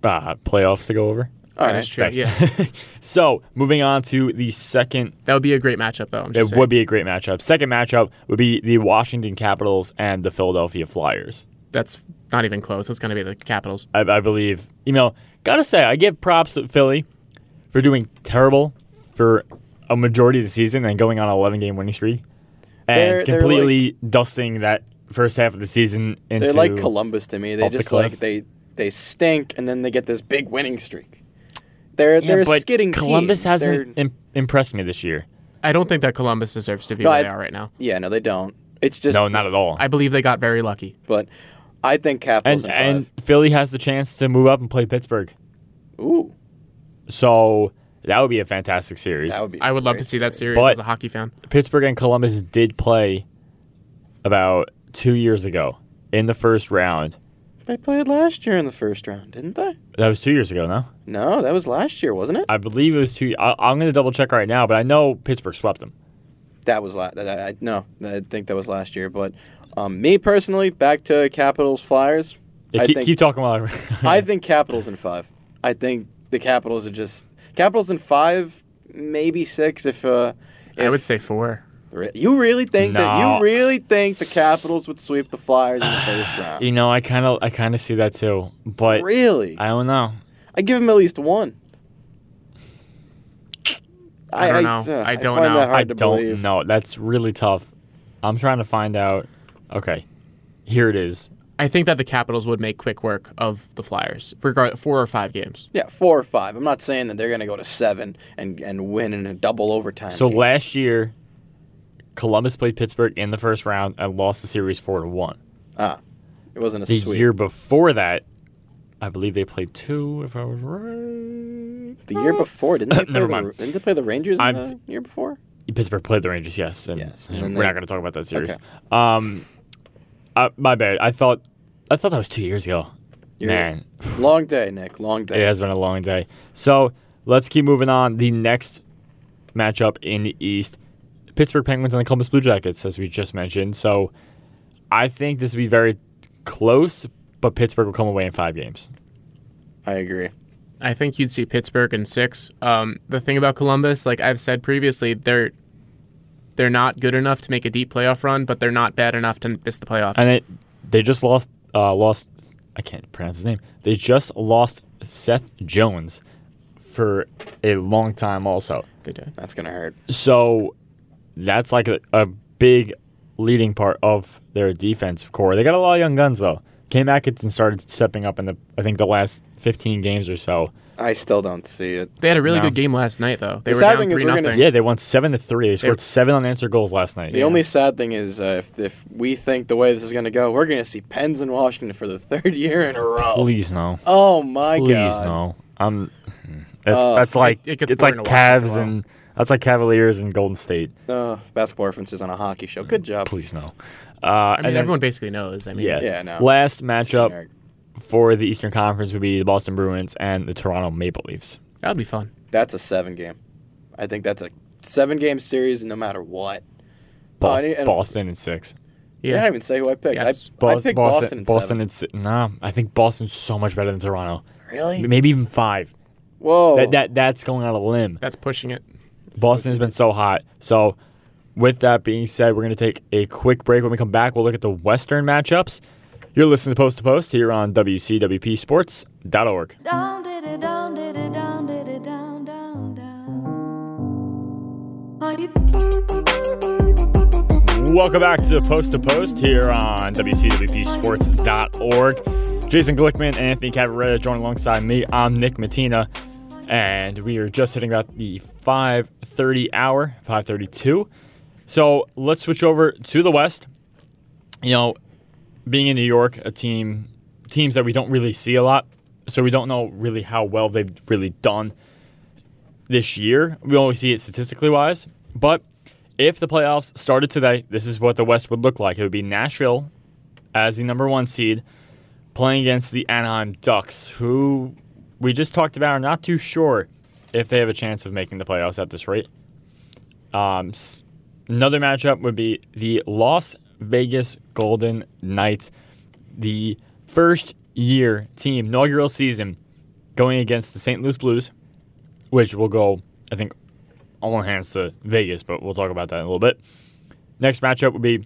Speaker 2: uh, playoffs to go over.
Speaker 4: All right.
Speaker 3: That is true.
Speaker 2: Thanks.
Speaker 3: Yeah,
Speaker 2: So moving on to the second
Speaker 3: that would be a great matchup, though. I'm just
Speaker 2: it would be a great matchup. Second matchup would be the Washington Capitals and the Philadelphia Flyers.
Speaker 3: That's not even close. It's gonna be the Capitals.
Speaker 2: I, I believe. You know, gotta say, I give props to Philly for doing terrible for a majority of the season and going on an 11 game winning streak and
Speaker 4: They're- they're
Speaker 2: completely dusting that first half of the season into.
Speaker 4: They're like Columbus to me. They
Speaker 2: off the
Speaker 4: just
Speaker 2: cliff.
Speaker 4: like they they stink, and then they get this big winning streak. They're
Speaker 2: Yeah,
Speaker 4: they're a
Speaker 2: but
Speaker 4: skidding team.
Speaker 2: Columbus hasn't
Speaker 4: They're-
Speaker 2: im- impressed me this year.
Speaker 3: I don't think that Columbus deserves to be
Speaker 4: No,
Speaker 3: where
Speaker 4: I-
Speaker 3: they are right now.
Speaker 4: yeah, no, they don't. It's just
Speaker 2: No, not at all.
Speaker 3: I believe they got very lucky.
Speaker 4: But I think Capitals
Speaker 2: and,
Speaker 4: and,
Speaker 2: and
Speaker 4: five.
Speaker 2: Philly has the chance to move up and play Pittsburgh.
Speaker 4: Ooh,
Speaker 2: So that would be a fantastic series.
Speaker 4: that would be.
Speaker 3: I would love to
Speaker 4: great
Speaker 3: see that
Speaker 4: series.
Speaker 3: series
Speaker 2: But-
Speaker 3: as a hockey fan.
Speaker 2: Pittsburgh and Columbus did play about two years ago in the first round.
Speaker 4: They played last year in the first round, didn't they?
Speaker 2: That was two years ago, no?
Speaker 4: No, that was last year, wasn't it?
Speaker 2: I believe it was two. I, I'm going to double check right now, but I know Pittsburgh swept them.
Speaker 4: That was last. I, I, no, I think that was last year. But um, me personally, back to Capitals Flyers.
Speaker 2: Yeah,
Speaker 4: I
Speaker 2: keep,
Speaker 4: think
Speaker 2: keep talking while I.
Speaker 4: I think Capitals in five. I think the Capitals are just Capitals in five, maybe six. If uh, if
Speaker 3: I would say four.
Speaker 4: Re- You really think that
Speaker 2: No.
Speaker 4: you really think the Capitals would sweep the Flyers in the first round?
Speaker 2: you know, I kind of, I kind of see that too, but
Speaker 4: Really? I,
Speaker 2: I don't know.
Speaker 4: give them at least one. I,
Speaker 3: don't know.
Speaker 4: uh,
Speaker 3: I don't
Speaker 4: find
Speaker 3: know.
Speaker 4: That hard
Speaker 2: I
Speaker 4: to
Speaker 2: don't
Speaker 4: believe.
Speaker 2: know. That's really tough. I'm trying to find out. Okay, here it is.
Speaker 3: I think that the Capitals would make quick work of the Flyers, regard four or five games.
Speaker 4: Yeah, four or five. I'm not saying that they're going to go to seven and, and win in a double overtime.
Speaker 2: So
Speaker 4: game.
Speaker 2: last year, Columbus played Pittsburgh in the first round and lost the series four to one.
Speaker 4: it wasn't a
Speaker 2: The
Speaker 4: sweep.
Speaker 2: year before that, I believe they played two. If I was right,
Speaker 4: the year before, didn't they play,
Speaker 2: Never
Speaker 4: the,
Speaker 2: mind.
Speaker 4: Didn't they play the Rangers in
Speaker 2: I'm-
Speaker 4: the year before?
Speaker 2: Pittsburgh played the Rangers. Yes, and,
Speaker 4: Yes,
Speaker 2: and
Speaker 4: and then
Speaker 2: we're
Speaker 4: they-
Speaker 2: not going to talk about that series.
Speaker 4: Okay.
Speaker 2: Um, I, my bad. I thought, I thought that was two years ago.
Speaker 4: You're-
Speaker 2: Man,
Speaker 4: Long day, Nick. Long
Speaker 2: It
Speaker 4: day.
Speaker 2: has been a long day. So let's keep moving on. The next matchup in the East Pittsburgh Penguins and the Columbus Blue Jackets, as we just mentioned. So I think this will be very close, but Pittsburgh will come away in five games.
Speaker 4: I agree.
Speaker 3: I think you'd see Pittsburgh in six. Um, the thing about Columbus, like I've said previously, they're they're not good enough to make a deep playoff run, but they're not bad enough to miss the playoffs.
Speaker 2: And it, they just lost, uh, lost, I can't pronounce his name. They just lost Seth Jones for a long time, also.
Speaker 3: They did.
Speaker 4: That's going to hurt.
Speaker 2: So that's like a, a big leading part of their defense core. They got a lot of young guns though. Cam Atkinson started stepping up in the I think the last 15 games or so.
Speaker 4: I still don't see it.
Speaker 3: They had a really
Speaker 2: No.
Speaker 3: good game last night, though. They
Speaker 4: The
Speaker 3: were
Speaker 4: sad
Speaker 3: down
Speaker 4: thing is
Speaker 3: three
Speaker 4: we're gonna
Speaker 3: nothing.
Speaker 2: Yeah, they won seven to three. They scored
Speaker 3: They-
Speaker 2: seven unanswered goals last night.
Speaker 4: The only sad thing is uh, if, if we think the way this is going to go, we're going to see Pens in Washington for the third year in a row.
Speaker 2: Please no.
Speaker 4: Oh, my
Speaker 2: Please
Speaker 4: God.
Speaker 2: no. I'm. That's,
Speaker 4: Oh.
Speaker 2: that's like
Speaker 3: It- it gets
Speaker 2: it's like
Speaker 3: boring to watch after a
Speaker 2: Cavs
Speaker 3: while.
Speaker 2: and that's like Cavaliers and Golden State.
Speaker 4: Uh, basketball references on a hockey show. Good job.
Speaker 2: Please no. Uh, I
Speaker 3: I mean, everyone basically knows. I mean,
Speaker 2: Yeah.
Speaker 4: Yeah, no.
Speaker 2: Last
Speaker 4: It's
Speaker 2: matchup
Speaker 4: generic.
Speaker 2: for the Eastern Conference would be the Boston Bruins and the Toronto Maple Leafs.
Speaker 3: that would be fun.
Speaker 4: That's a seven game. I think that's a seven game series no matter what. Oh, and-
Speaker 2: Boston,
Speaker 4: and-
Speaker 2: Boston in six.
Speaker 4: I didn't
Speaker 3: Yeah,
Speaker 4: even say who I picked.
Speaker 3: Yes.
Speaker 4: I, I
Speaker 2: Bos-
Speaker 4: picked Boston.
Speaker 2: Boston,
Speaker 4: in
Speaker 2: Boston
Speaker 4: seven.
Speaker 2: in six. Nah, I think Boston's so much better than Toronto.
Speaker 4: really?
Speaker 2: Maybe even five.
Speaker 4: Whoa.
Speaker 2: That, that that's going on a limb.
Speaker 3: that's pushing it.
Speaker 2: Boston has been so hot. So, with that being said, we're gonna take a quick break. When we come back, we'll look at the Western matchups. You're listening to Post to Post here on WCWPSports.org.
Speaker 5: Down, did it, down, did it, down, did it, down, down, down. Are you
Speaker 2: Welcome back to Post to Post here on WCWPSports.org. Jason Glickman and Anthony Cavaretta join alongside me. I'm Nick Matina, and we are just hitting about the 5:30 hour, 5:32. So let's switch over to the West. You know, being in New York, a team teams that we don't really see a lot, so we don't know really how well they've really done this year. We only see it statistically wise, but if the playoffs started today, this is what the West would look like. It would be Nashville as the number one seed playing against the Anaheim Ducks, who we just talked about are not too sure if they have a chance of making the playoffs at this rate. Um, s- another matchup would be the Las Vegas Golden Knights, the first year team, inaugural season, going against the St. Louis Blues, which will go, I think, on one hand to Vegas, but we'll talk about that in a little bit. Next matchup would be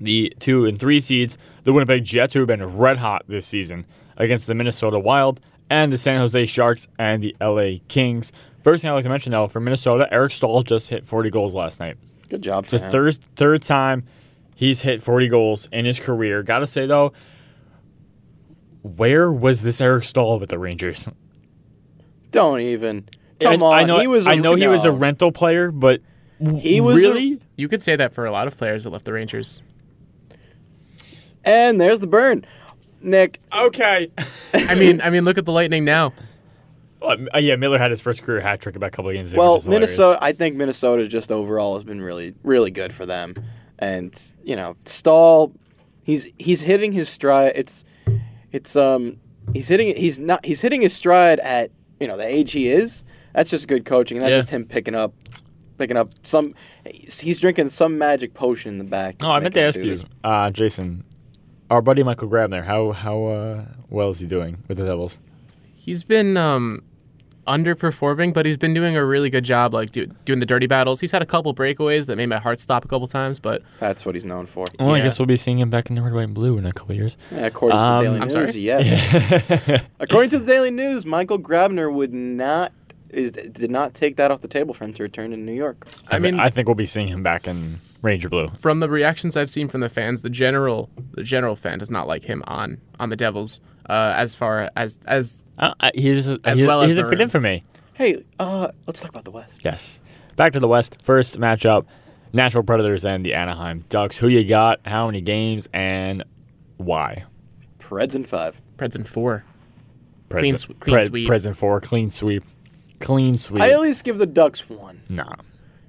Speaker 2: the two and three seeds, the Winnipeg Jets, who have been red hot this season, against the Minnesota Wild and the San Jose Sharks and the LA Kings. First thing I'd like to mention, though, for Minnesota, Eric Stahl just hit 40 goals last night.
Speaker 4: Good job
Speaker 2: It's the
Speaker 4: for him.
Speaker 2: third third time he's hit 40 goals in his career. Gotta say though, where was this Eric Stahl with the Rangers?
Speaker 4: Don't even. Come
Speaker 2: I,
Speaker 4: on.
Speaker 2: I know,
Speaker 4: he was.
Speaker 2: I know he was a
Speaker 4: no.
Speaker 2: rental player, but
Speaker 4: He was a-
Speaker 2: really.
Speaker 3: You could say that for a lot of players that left the Rangers.
Speaker 4: And there's the burn. Nick,
Speaker 2: okay.
Speaker 3: I mean, I mean, look at the Lightning now.
Speaker 2: Uh, yeah, Miller had his first career hat trick about a couple of games. in, which
Speaker 4: Well,
Speaker 2: is hilarious.
Speaker 4: Minnesota. I think Minnesota just overall has been really, really good for them. And you know, Stahl, he's he's hitting his stride. It's it's um he's hitting he's not he's hitting his stride at you know the age he is. That's just good coaching. And that's
Speaker 2: Yeah.
Speaker 4: just him picking up picking up some. He's, he's drinking some magic potion in the back.
Speaker 2: No,
Speaker 4: that's
Speaker 2: Oh, I meant to
Speaker 4: making him
Speaker 2: ask
Speaker 4: do
Speaker 2: you,
Speaker 4: this.
Speaker 2: uh, Jason. Our buddy Michael Grabner, how how uh, well is he doing with the Devils?
Speaker 3: He's been um, underperforming, but he's been doing a really good job, like do, doing the dirty battles. He's had a couple breakaways that made my heart stop a couple times, but
Speaker 4: That's what he's known for.
Speaker 2: Well, I
Speaker 3: Yeah.
Speaker 2: guess we'll be seeing him back in the red, white, and blue in a couple of years.
Speaker 4: Yeah, according to
Speaker 2: Um,
Speaker 4: the Daily
Speaker 3: I'm
Speaker 4: News,
Speaker 3: sorry?
Speaker 4: yes. according to the Daily News, Michael Grabner would not is did not take that off the table for him to return to New York.
Speaker 3: I mean,
Speaker 2: I think we'll be seeing him back in Ranger Blue.
Speaker 3: From the reactions I've seen from the fans, the general the general fan does not like him on on the Devils. Uh, as far as as
Speaker 2: Uh, I- he's a,
Speaker 3: As
Speaker 2: he's,
Speaker 3: well as
Speaker 2: he's a
Speaker 3: the
Speaker 2: fit in
Speaker 3: room.
Speaker 2: for me.
Speaker 4: Hey, uh, let's talk about the West.
Speaker 2: Yes. Back to the West. First matchup: Nashville Predators and the Anaheim Ducks. Who you got? How many games and why?
Speaker 4: Preds in five.
Speaker 3: Preds in four,
Speaker 2: Prison,
Speaker 3: sw- clean sweep.
Speaker 2: Prison four. Clean sweep. Clean sweep.
Speaker 4: I at least give the Ducks one.
Speaker 2: nah.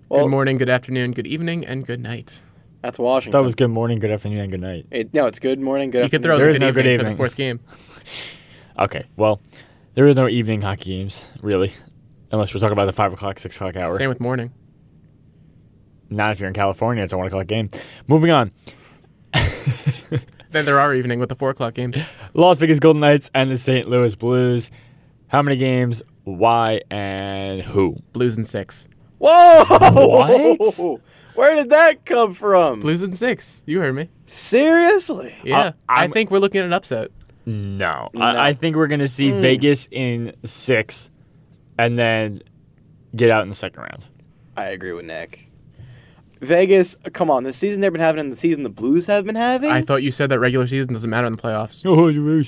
Speaker 4: Well,
Speaker 3: good morning, good afternoon, good evening, and good night.
Speaker 4: that's Washington.
Speaker 2: That was good morning, good afternoon, and good night.
Speaker 4: It- no, it's good morning, good
Speaker 3: You could throw
Speaker 4: afternoon.
Speaker 2: There
Speaker 3: the
Speaker 2: is
Speaker 3: good,
Speaker 2: no
Speaker 3: evening
Speaker 2: good
Speaker 3: for the
Speaker 2: evening.
Speaker 3: fourth game.
Speaker 2: Okay. Well, there is no evening hockey games really, unless we're talking about the five o'clock, six o'clock hour.
Speaker 3: Same with morning.
Speaker 2: Not if you're in California. It's a one o'clock game. Moving on.
Speaker 3: Then there are evening with the four o'clock games.
Speaker 2: Las Vegas Golden Knights and the St. Louis Blues. How many games? Why and who?
Speaker 3: Blues in six.
Speaker 4: Whoa!
Speaker 2: What?
Speaker 4: Where did that come from?
Speaker 3: Blues in six. You heard me.
Speaker 4: Seriously?
Speaker 3: Yeah.
Speaker 2: Uh,
Speaker 3: I
Speaker 2: I'm-
Speaker 3: think we're looking at an upset.
Speaker 2: No,
Speaker 4: No.
Speaker 2: I, I think we're gonna see Vegas in six, and then get out in the second round.
Speaker 4: I agree with Nick. Vegas, come on, the season they've been having and the season the Blues have been having?
Speaker 3: I thought you said that regular season doesn't matter in the playoffs.
Speaker 2: Oh, you're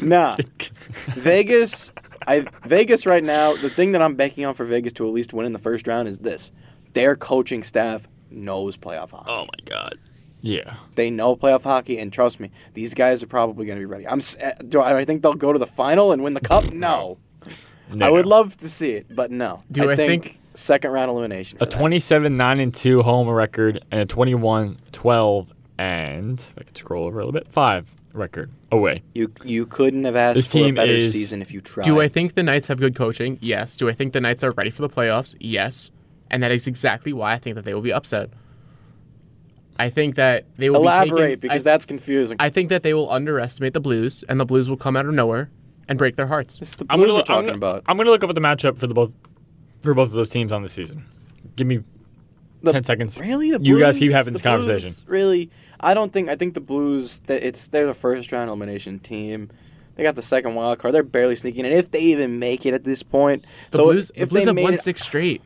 Speaker 4: nah. Vegas, I Vegas right now, the thing that I'm banking on for Vegas to at least win in the first round is this. Their coaching staff knows playoff hockey.
Speaker 2: Oh my god. Yeah.
Speaker 4: They know playoff hockey, and trust me, these guys are probably going to be ready. I'm. s- uh, Do I, do I think they'll go to the final and win the cup? No.
Speaker 2: No,
Speaker 4: I would
Speaker 2: no.
Speaker 4: love to see it, but no.
Speaker 3: Do I
Speaker 4: think,
Speaker 3: think-
Speaker 4: second round elimination?
Speaker 2: a
Speaker 4: for that.
Speaker 2: 27 9 and 2 home record and a 21 12 and if I can scroll over a little bit 5 record away.
Speaker 4: You you couldn't have asked
Speaker 2: This
Speaker 4: for a
Speaker 2: team
Speaker 4: better
Speaker 2: is-
Speaker 4: season if you tried.
Speaker 3: Do I think the Knights have good coaching? Yes. Do I think the Knights are ready for the playoffs? Yes. And that is exactly why I think that they will be upset. I think that they will
Speaker 4: elaborate
Speaker 3: be taken-
Speaker 4: because
Speaker 3: I,
Speaker 4: that's confusing?
Speaker 3: I think that they will underestimate the Blues, and the Blues will come out of nowhere and break their hearts.
Speaker 4: it's the
Speaker 2: I'm
Speaker 4: Blues
Speaker 2: gonna
Speaker 4: we're
Speaker 2: look- I'm
Speaker 4: talking
Speaker 2: gonna-
Speaker 4: about.
Speaker 2: I'm going to look up at the matchup for the both for both of those teams on the season. Give me
Speaker 4: The-
Speaker 2: 10 seconds.
Speaker 4: Really, the
Speaker 2: You guys
Speaker 4: Blues-
Speaker 2: keep having
Speaker 4: the
Speaker 2: this conversation.
Speaker 4: Blues, really, I don't think. I think the Blues. That it's they're the first round elimination team. They got the second wild card. They're barely sneaking, in if they even make it at this point.
Speaker 3: The
Speaker 4: so
Speaker 3: Blues,
Speaker 4: if
Speaker 3: the Blues
Speaker 4: they
Speaker 3: have
Speaker 4: made
Speaker 3: won
Speaker 4: it,
Speaker 3: six straight.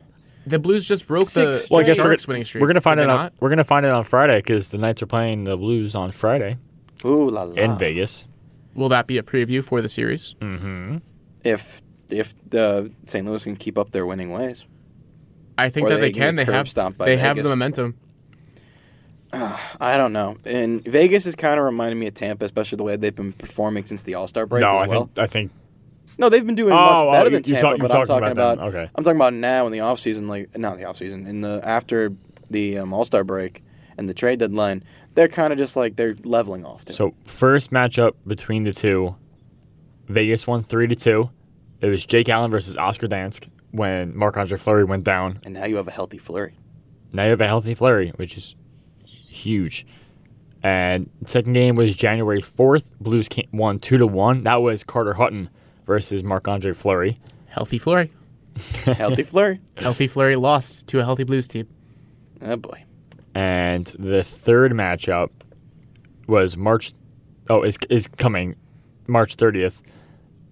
Speaker 3: The Blues just broke the
Speaker 4: Six Well, I guess we're
Speaker 3: Sharks
Speaker 2: gonna-
Speaker 3: winning streak.
Speaker 2: We're going to find
Speaker 3: Did
Speaker 2: it
Speaker 3: they
Speaker 2: on
Speaker 3: not?
Speaker 2: we're going to find it on Friday cuz the Knights are playing the Blues on Friday
Speaker 4: ooh la la.
Speaker 2: in Vegas.
Speaker 3: Will that be a preview for the series?
Speaker 4: if if the St. Louis can keep up their winning ways.
Speaker 3: I think
Speaker 4: Or
Speaker 3: that
Speaker 4: they
Speaker 3: they,
Speaker 4: can
Speaker 3: can. They
Speaker 4: get curb
Speaker 3: have.
Speaker 4: stomped by
Speaker 3: They have the
Speaker 4: Vegas.
Speaker 3: momentum.
Speaker 4: I don't know. And Vegas is kind of reminding me of Tampa, especially the way they've been performing since the All Star break.
Speaker 2: no,
Speaker 4: as
Speaker 2: I
Speaker 4: well.
Speaker 2: think I think
Speaker 4: No, they've been doing
Speaker 2: Oh,
Speaker 4: much
Speaker 2: oh,
Speaker 4: better
Speaker 2: you-
Speaker 4: than
Speaker 2: you
Speaker 4: Tampa,
Speaker 2: talk- you're
Speaker 4: but I'm
Speaker 2: talking
Speaker 4: talking
Speaker 2: about
Speaker 4: about,
Speaker 2: them. Okay.
Speaker 4: I'm talking about now in the offseason, like not in the offseason, in the after the um, All Star break and the trade deadline, they're kind of just like they're leveling off. There.
Speaker 2: So first matchup between the two, Vegas won three to two. It was Jake Allen versus Oscar Dansk when Marc Andre Fleury went down.
Speaker 4: and now you have a healthy flurry.
Speaker 2: Now you have a healthy Fleury, which is huge. And second game was January fourth. Blues ca- won two to one. That was Carter Hutton versus Marc Andre Fleury.
Speaker 3: Healthy Flurry.
Speaker 4: healthy flurry.
Speaker 3: Healthy Flurry lost to a healthy Blues team.
Speaker 4: Oh boy.
Speaker 2: And the third matchup was March. Oh, is is coming March thirtieth,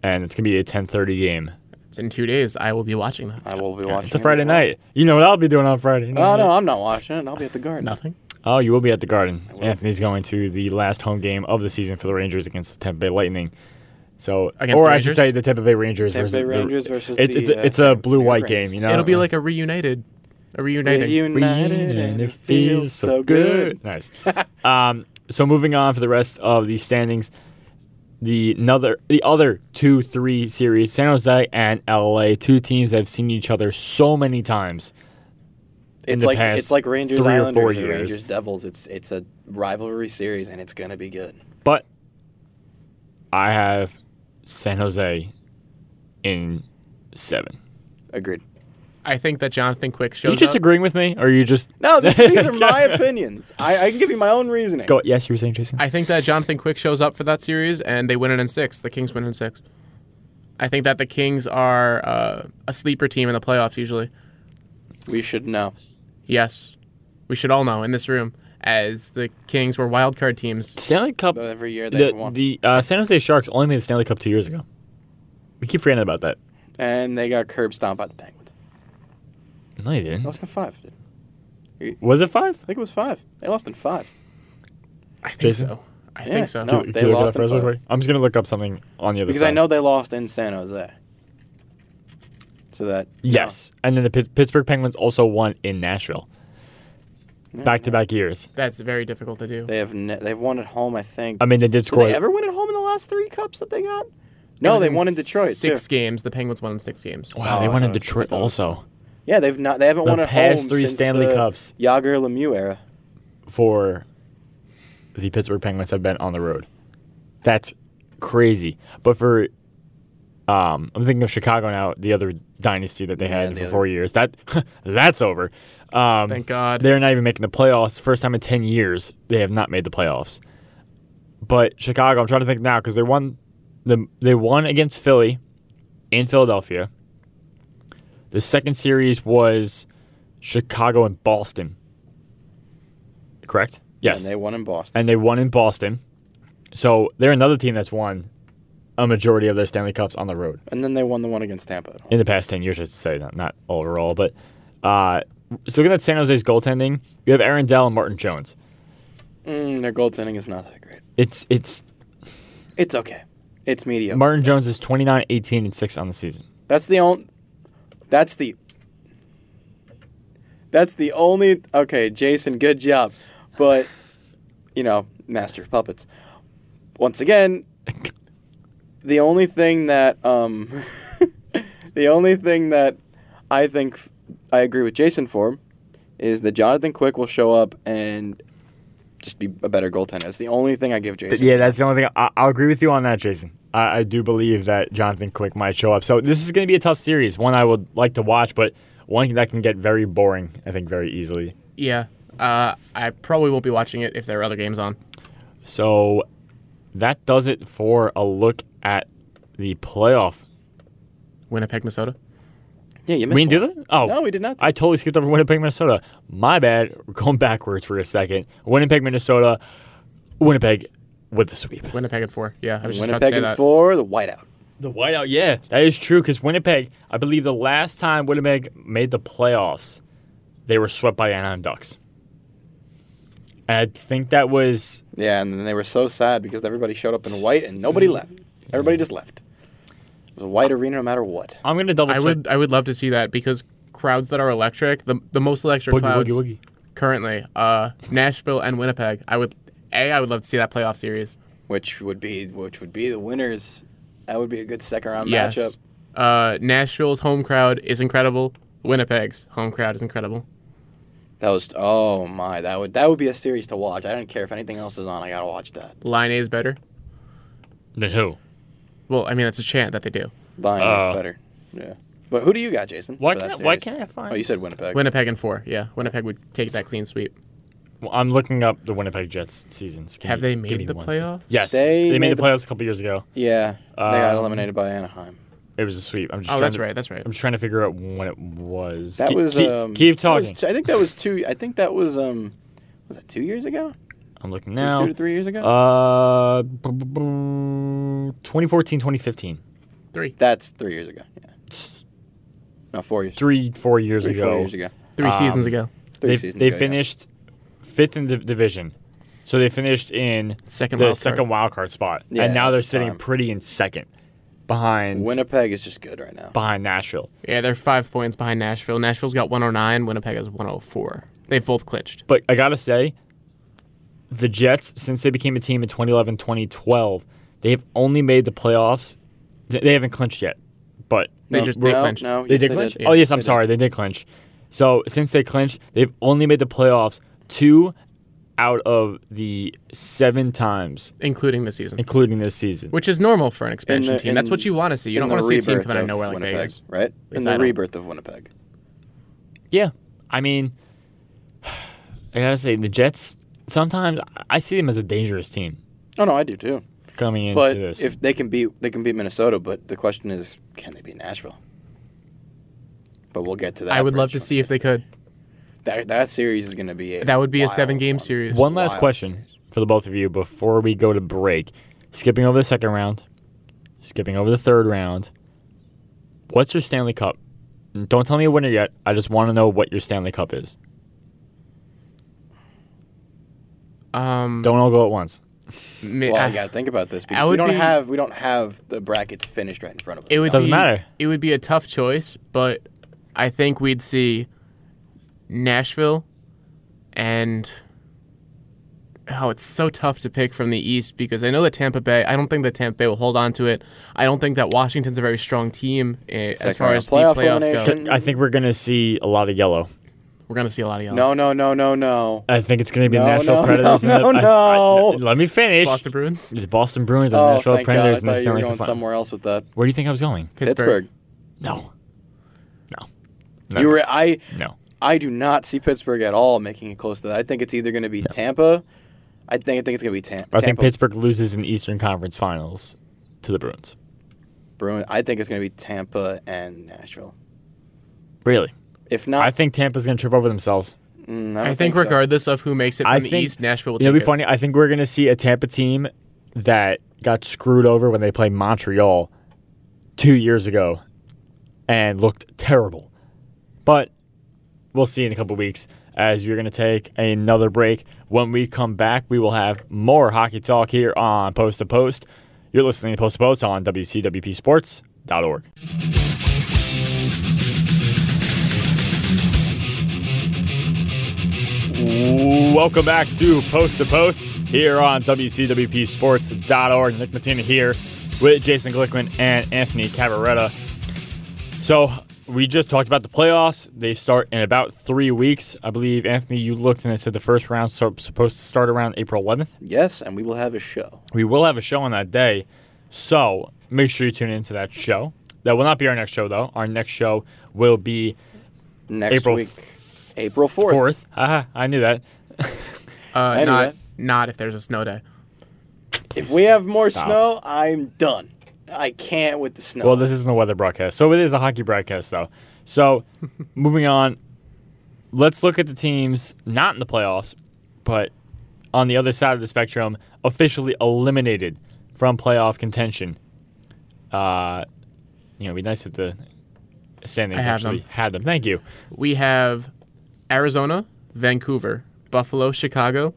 Speaker 2: and it's gonna be a ten thirty game.
Speaker 3: It's in two days. I will be watching that.
Speaker 4: I will be watching.
Speaker 2: It's a
Speaker 4: it as
Speaker 2: Friday
Speaker 4: well.
Speaker 2: night. You know what I'll be doing on Friday. You know
Speaker 4: Oh
Speaker 2: what?
Speaker 4: no, I'm not watching it. I'll be at the garden.
Speaker 3: Nothing.
Speaker 2: Oh, you will be at the Garden. Anthony's going to the last home game of the season for the Rangers against the Tampa Bay Lightning. So,
Speaker 3: Against
Speaker 2: or
Speaker 3: the
Speaker 2: I should
Speaker 3: Rangers?
Speaker 2: say the Tampa Bay Rangers.
Speaker 4: Tampa
Speaker 2: versus
Speaker 4: Bay
Speaker 2: the-
Speaker 4: Rangers versus
Speaker 2: it's,
Speaker 4: the,
Speaker 2: it's, a-
Speaker 4: uh,
Speaker 2: it's a
Speaker 4: Tampa Bay
Speaker 2: blue-white
Speaker 4: Cranes.
Speaker 2: game. You know,
Speaker 3: It'll be like a reunited. A reuniting.
Speaker 4: Reunited and it feels so good.
Speaker 2: Nice. um, so moving on for the rest of the standings, the another the other two three series, San Jose and LA, two teams that have seen each other so many times. in
Speaker 4: It's
Speaker 2: the
Speaker 4: like
Speaker 2: past
Speaker 4: it's like Rangers
Speaker 2: three or
Speaker 4: Islanders
Speaker 2: four
Speaker 4: and
Speaker 2: years.
Speaker 4: Rangers Devils. It's it's a rivalry series and it's gonna be good.
Speaker 2: But I have San Jose in seven.
Speaker 4: Agreed.
Speaker 3: I think that Jonathan Quick
Speaker 2: Are
Speaker 3: shows
Speaker 2: you just
Speaker 3: up.
Speaker 2: agreeing with me? Or are you just
Speaker 4: No, this, these are my opinions. I, I can give you my own reasoning.
Speaker 2: Go. Yes, you were saying, Jason.
Speaker 3: I think that Jonathan Quick shows up for that series, and they win it in six. The Kings win in six. I think that the Kings are uh, a sleeper team in the playoffs usually.
Speaker 4: We should know.
Speaker 3: Yes, we should all know in this room as the Kings were wild card teams.
Speaker 2: Stanley Cup.
Speaker 4: Every year they've
Speaker 2: The,
Speaker 4: won.
Speaker 2: the uh, San Jose Sharks only made the Stanley Cup two years ago. We keep forgetting about that.
Speaker 4: and they got curb stomped by the Penguins.
Speaker 2: No, you didn't.
Speaker 4: That was the five. dude.
Speaker 2: Was it five?
Speaker 4: I think it was five. They lost in five.
Speaker 3: I think
Speaker 2: Jason?
Speaker 3: so. I
Speaker 4: Yeah,
Speaker 3: think so.
Speaker 4: no.
Speaker 2: Can
Speaker 4: They
Speaker 2: you look it
Speaker 4: lost
Speaker 2: up
Speaker 4: in
Speaker 2: for us real
Speaker 4: five.
Speaker 2: quick? I'm just gonna look up something on the other
Speaker 4: Because
Speaker 2: side.
Speaker 4: I know they lost in San Jose. So that
Speaker 2: Yes, and then the Pit- Pittsburgh Penguins also won in Nashville, back to back years.
Speaker 3: That's very difficult to do.
Speaker 4: They have ne- they've won at home, I think.
Speaker 2: I mean, they did
Speaker 4: Did
Speaker 2: score.
Speaker 4: they ever win at home in the last three cups that they got? No,
Speaker 3: was
Speaker 4: they won in Detroit.
Speaker 3: Six
Speaker 4: too.
Speaker 3: games. The Penguins won in six games.
Speaker 2: wow,
Speaker 4: Oh,
Speaker 2: they
Speaker 4: I
Speaker 2: won in
Speaker 4: thought it was- I
Speaker 2: Detroit
Speaker 4: thought it was-
Speaker 2: also
Speaker 4: Yeah, they've not. They haven't
Speaker 2: The
Speaker 4: won at
Speaker 2: past
Speaker 4: home
Speaker 2: three
Speaker 4: since
Speaker 2: Stanley
Speaker 4: the
Speaker 2: Cups.
Speaker 4: Yager Lemieux era.
Speaker 2: for the Pittsburgh Penguins have been on the road. That's crazy. But for um, I'm thinking of Chicago now, the other dynasty that they
Speaker 4: Yeah,
Speaker 2: had
Speaker 4: the
Speaker 2: for
Speaker 4: other-
Speaker 2: four years. That that's over. Um,
Speaker 3: Thank God.
Speaker 2: They're not even making the playoffs. First time in 10 years, they have not made the playoffs. But Chicago, I'm trying to think now because they won the they won against Philly in Philadelphia. The second series was Chicago and Boston. Correct? Yes.
Speaker 4: And they won in Boston.
Speaker 2: And they won in Boston. So they're another team that's won a majority of their Stanley Cups on the road
Speaker 4: And then they won the one against Tampa. At home.
Speaker 2: in the past 10 years, I should say, not, not overall. But uh, so looking at San Jose's goaltending, you have Aaron Dell and Martin Jones.
Speaker 4: Mm, their goaltending is not that great.
Speaker 2: It's it's
Speaker 4: It's okay. It's mediocre.
Speaker 2: Martin Jones is 29, 18, and 6 on the season.
Speaker 4: That's the only. That's the. That's the only. Okay, Jason, good job, but, you know, master of puppets. Once again, the only thing that um, the only thing that I think I agree with Jason for is that Jonathan Quick will show up and just be a better goaltender. That's the only thing I give Jason.
Speaker 2: Yeah, that's the only thing. I, I'll agree with you on that, Jason. I, I do believe that Jonathan Quick might show up. So this is going to be a tough series, one I would like to watch, but one that can get very boring, I think, very easily.
Speaker 3: Yeah. Uh, I probably won't be watching it if there are other games on.
Speaker 2: So that does it for a look at the playoff.
Speaker 3: Winnipeg, Minnesota.
Speaker 4: yeah, you missed.
Speaker 2: We didn't
Speaker 4: one.
Speaker 2: do that? Oh.
Speaker 4: No, we did not. do
Speaker 2: I totally skipped over Winnipeg, Minnesota. My bad. We're going backwards for a second. Winnipeg, Minnesota. Winnipeg with the sweep.
Speaker 3: Winnipeg at four. Yeah. I was just about to
Speaker 4: Winnipeg
Speaker 3: say
Speaker 4: and
Speaker 3: that.
Speaker 4: four, the whiteout.
Speaker 2: The whiteout, yeah, that is true. Because Winnipeg, I believe the last time Winnipeg made the playoffs, they were swept by the Anaheim Ducks. And I think that was
Speaker 4: Yeah, and then they were so sad because everybody showed up in white and nobody left. Everybody just left. It was a white arena no matter what.
Speaker 2: I'm gonna double
Speaker 3: I
Speaker 2: check.
Speaker 3: would I would love to see that because crowds that are electric, the the most electric
Speaker 2: Boogie,
Speaker 3: crowds
Speaker 2: woogie, woogie.
Speaker 3: currently, uh, Nashville and Winnipeg. I would a I would love to see that playoff series.
Speaker 4: Which would be which would be the winners. That would be a good second round
Speaker 3: Yes.
Speaker 4: matchup.
Speaker 3: Uh, Nashville's home crowd is incredible. Winnipeg's home crowd is incredible.
Speaker 4: That was oh my, that would that would be a series to watch. I don't care if anything else is on, I gotta watch that.
Speaker 3: Line A is better.
Speaker 2: Then who?
Speaker 3: Well, I mean, it's a chant that they do.
Speaker 4: Lion
Speaker 2: Oh.
Speaker 4: is better. Yeah. But who do you got, Jason?
Speaker 2: Why
Speaker 4: for that
Speaker 2: can't- why
Speaker 4: series?
Speaker 2: can't I find-
Speaker 4: Oh, you said Winnipeg.
Speaker 3: Winnipeg and four. Yeah, Winnipeg would take that clean sweep.
Speaker 2: Well, I'm looking up the Winnipeg Jets seasons. Give
Speaker 3: Have
Speaker 2: me-
Speaker 3: they
Speaker 2: give
Speaker 3: made
Speaker 2: me
Speaker 3: the
Speaker 2: one sec.
Speaker 3: playoff?
Speaker 2: Yes,
Speaker 4: They
Speaker 2: they, made,
Speaker 4: made
Speaker 2: the
Speaker 4: the-
Speaker 2: playoffs a couple years ago.
Speaker 4: yeah. they got
Speaker 2: Um,
Speaker 4: eliminated by Anaheim.
Speaker 2: It was a sweep. I'm just
Speaker 3: Oh,
Speaker 2: trying
Speaker 3: that's
Speaker 2: to-
Speaker 3: right. That's right.
Speaker 2: I'm just trying to figure out when it was.
Speaker 4: That
Speaker 2: keep,
Speaker 4: was
Speaker 2: keep,
Speaker 4: um,
Speaker 2: keep
Speaker 4: that was
Speaker 2: talking.
Speaker 4: t- I think that was two I think that was um was that two years ago?
Speaker 2: I'm looking
Speaker 4: It was
Speaker 2: now.
Speaker 4: Two to three years ago?
Speaker 2: Uh, bu- bu- bu- 2014, 2015.
Speaker 3: Three.
Speaker 4: That's three years ago. Yeah. No, four years.
Speaker 2: Three, four years
Speaker 4: Three,
Speaker 2: ago.
Speaker 4: four years ago.
Speaker 3: Three
Speaker 2: Um,
Speaker 3: seasons ago.
Speaker 4: Three
Speaker 2: they
Speaker 4: seasons
Speaker 2: they
Speaker 4: ago, yeah.
Speaker 2: finished fifth in the division, so they finished in
Speaker 3: Second
Speaker 2: the
Speaker 3: wild card.
Speaker 2: second wild card spot,
Speaker 4: Yeah,
Speaker 2: and now
Speaker 4: at
Speaker 2: they're
Speaker 4: the
Speaker 2: sitting
Speaker 4: time.
Speaker 2: pretty in second, behind
Speaker 4: Winnipeg is just good right now.
Speaker 2: behind Nashville.
Speaker 3: Yeah, they're five points behind Nashville. Nashville's got 109. Winnipeg has 104. They've both clinched.
Speaker 2: But I gotta say, the Jets since they became a team in 2011, 2012, they have only made the playoffs. Th- They haven't clinched yet, but
Speaker 3: They
Speaker 4: no,
Speaker 3: just they
Speaker 4: no,
Speaker 3: clinched.
Speaker 4: no,
Speaker 2: They
Speaker 4: yes,
Speaker 2: did
Speaker 4: they
Speaker 2: clinch?
Speaker 4: did.
Speaker 2: Oh, yes, I'm
Speaker 4: They did.
Speaker 2: sorry. They did clinch. So since they clinched, they've only made the playoffs two out of the seven times,
Speaker 3: including this season,
Speaker 2: including this season.
Speaker 3: which is normal for an expansion
Speaker 4: In the-
Speaker 3: team. That's
Speaker 4: in-
Speaker 3: what you want to see. You
Speaker 4: In
Speaker 3: don't
Speaker 4: the
Speaker 3: want to see a team
Speaker 4: rebirth
Speaker 3: come out of
Speaker 4: of
Speaker 3: nowhere like
Speaker 4: Winnipeg,
Speaker 3: Vegas.
Speaker 4: right? In
Speaker 3: least
Speaker 4: the
Speaker 3: I don't.
Speaker 4: rebirth of Winnipeg.
Speaker 2: Yeah. I mean, I got to say, the Jets, sometimes I- I see them as a dangerous team
Speaker 4: Oh no, I do too.
Speaker 2: coming into
Speaker 4: But
Speaker 2: this.
Speaker 4: if they can beat they can beat Minnesota, but the question is, can they beat Nashville? But we'll get to that.
Speaker 3: I would love to
Speaker 4: bridge
Speaker 3: see
Speaker 4: when
Speaker 3: if they
Speaker 4: we get
Speaker 3: could.
Speaker 4: to that. That, that series is going to be a
Speaker 3: That would be a
Speaker 4: wild
Speaker 3: seven-game
Speaker 4: one.
Speaker 3: series.
Speaker 2: One last
Speaker 4: wild
Speaker 2: question for the both of you before we go to break. Skipping over the second round, skipping over the third round. What's your Stanley Cup? Don't tell me a winner yet. I just want to know what your Stanley Cup is.
Speaker 4: Hmm.
Speaker 3: Um,
Speaker 2: Don't all go at once.
Speaker 3: mi-
Speaker 4: Well,
Speaker 3: I-
Speaker 4: you gotta think about this because
Speaker 3: Ah. would
Speaker 4: we don't
Speaker 3: be-
Speaker 4: have we don't have the brackets finished right in front of us.
Speaker 3: It would
Speaker 2: Doesn't
Speaker 3: be,
Speaker 2: matter.
Speaker 3: It would be a tough choice, but I think we'd see Nashville and oh, it's so tough to pick from the East because I know that Tampa Bay. I don't think that Tampa Bay will hold on to it. I don't think that Washington's a very strong team eh, as
Speaker 4: Second
Speaker 3: far
Speaker 4: round
Speaker 3: as deep
Speaker 4: playoff
Speaker 3: playoffs go.
Speaker 4: elimination.
Speaker 2: I think we're gonna see a lot of yellow.
Speaker 3: We're gonna see a
Speaker 2: Oh.
Speaker 3: lot of y'all.
Speaker 4: no, no, no, no, no.
Speaker 2: I think it's gonna be
Speaker 4: No,
Speaker 2: National
Speaker 4: no,
Speaker 2: Predators.
Speaker 4: no,
Speaker 2: and the,
Speaker 4: no,
Speaker 2: I- I-
Speaker 4: no.
Speaker 2: let me finish.
Speaker 3: Boston Bruins,
Speaker 2: The Boston Bruins and the
Speaker 4: Oh,
Speaker 2: Nashville
Speaker 4: thank God! I
Speaker 2: Predators in the
Speaker 4: thought you were
Speaker 2: Stanley Cup.
Speaker 4: going
Speaker 2: Final.
Speaker 4: somewhere else with that.
Speaker 2: Where do you think I was going?
Speaker 3: Pittsburgh.
Speaker 4: Pittsburgh.
Speaker 2: No. No.
Speaker 4: You were I.
Speaker 2: No.
Speaker 4: I do not see Pittsburgh at all making it close to that. I think it's either going to be Tampa. I think I think it's going to be Tam- Tampa.
Speaker 2: I think Pittsburgh loses in the Eastern Conference Finals to the Bruins.
Speaker 4: Bruin. I think it's going to be Tampa and Nashville.
Speaker 2: Really?
Speaker 4: If
Speaker 2: I
Speaker 3: Uh,
Speaker 4: not,
Speaker 2: think Tampa's gonna trip over themselves.
Speaker 4: mm, I,
Speaker 3: I,
Speaker 4: don't
Speaker 3: think,
Speaker 4: so.
Speaker 3: regardless of who makes it from
Speaker 2: I
Speaker 3: the
Speaker 2: think-
Speaker 3: East, Nashville will
Speaker 2: It'll
Speaker 3: take
Speaker 2: be
Speaker 3: it.
Speaker 2: funny. I think we're gonna see a Tampa team that got screwed over when they played Montreal two years ago and looked terrible. But we'll see in a couple weeks as we're gonna take another break. When we come back, we will have more hockey talk here on Post to Post. You're listening to Post to Post on WCWPSports.org. Welcome back to Post to Post here on WCWPSports.org. Nick Matina here with Jason Glickman and Anthony Cabaretta. So we just talked about the playoffs. They start in about three weeks. I believe, Anthony, you looked and it said the first round so supposed to start around April 11th.
Speaker 4: yes, and we will have a show.
Speaker 2: We will have a show on that day, so make sure you tune into that show. That will not be our next show, though. Our next show will be
Speaker 4: next
Speaker 2: April
Speaker 4: week, April fourth.
Speaker 2: 4th. Haha, Uh-huh. I knew that.
Speaker 3: Uh, not,
Speaker 4: knew that.
Speaker 3: not if there's a snow day.
Speaker 4: If we have more
Speaker 2: Stop.
Speaker 4: snow, I'm done. I can't with the snow.
Speaker 2: Well, this isn't a weather broadcast. So it is a hockey broadcast, though. So moving on, let's look at the teams not in the playoffs, but on the other side of the spectrum, officially eliminated from playoff contention. Uh, you know, it'd be nice if the standings
Speaker 3: I have
Speaker 2: actually
Speaker 3: them.
Speaker 2: had them. Thank you.
Speaker 3: We have Arizona, Vancouver, Buffalo, Chicago,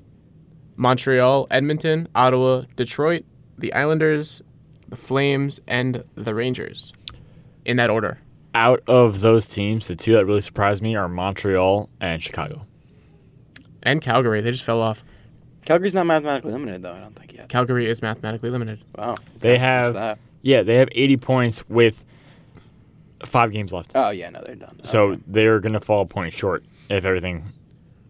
Speaker 3: Montreal, Edmonton, Ottawa, Detroit, the Islanders, the Flames, and the Rangers. In that order.
Speaker 2: Out of those teams, the two that really surprised me are Montreal and Chicago.
Speaker 3: And Calgary. They just fell off.
Speaker 4: Calgary's not mathematically eliminated though. I don't think yet.
Speaker 3: Calgary is mathematically limited.
Speaker 4: Wow.
Speaker 2: They
Speaker 4: What's
Speaker 2: have,
Speaker 4: that?
Speaker 2: yeah, they have 80 points with five games left.
Speaker 4: Oh yeah, no, they're done.
Speaker 2: So
Speaker 4: Okay.
Speaker 2: they're going to fall a point short if everything.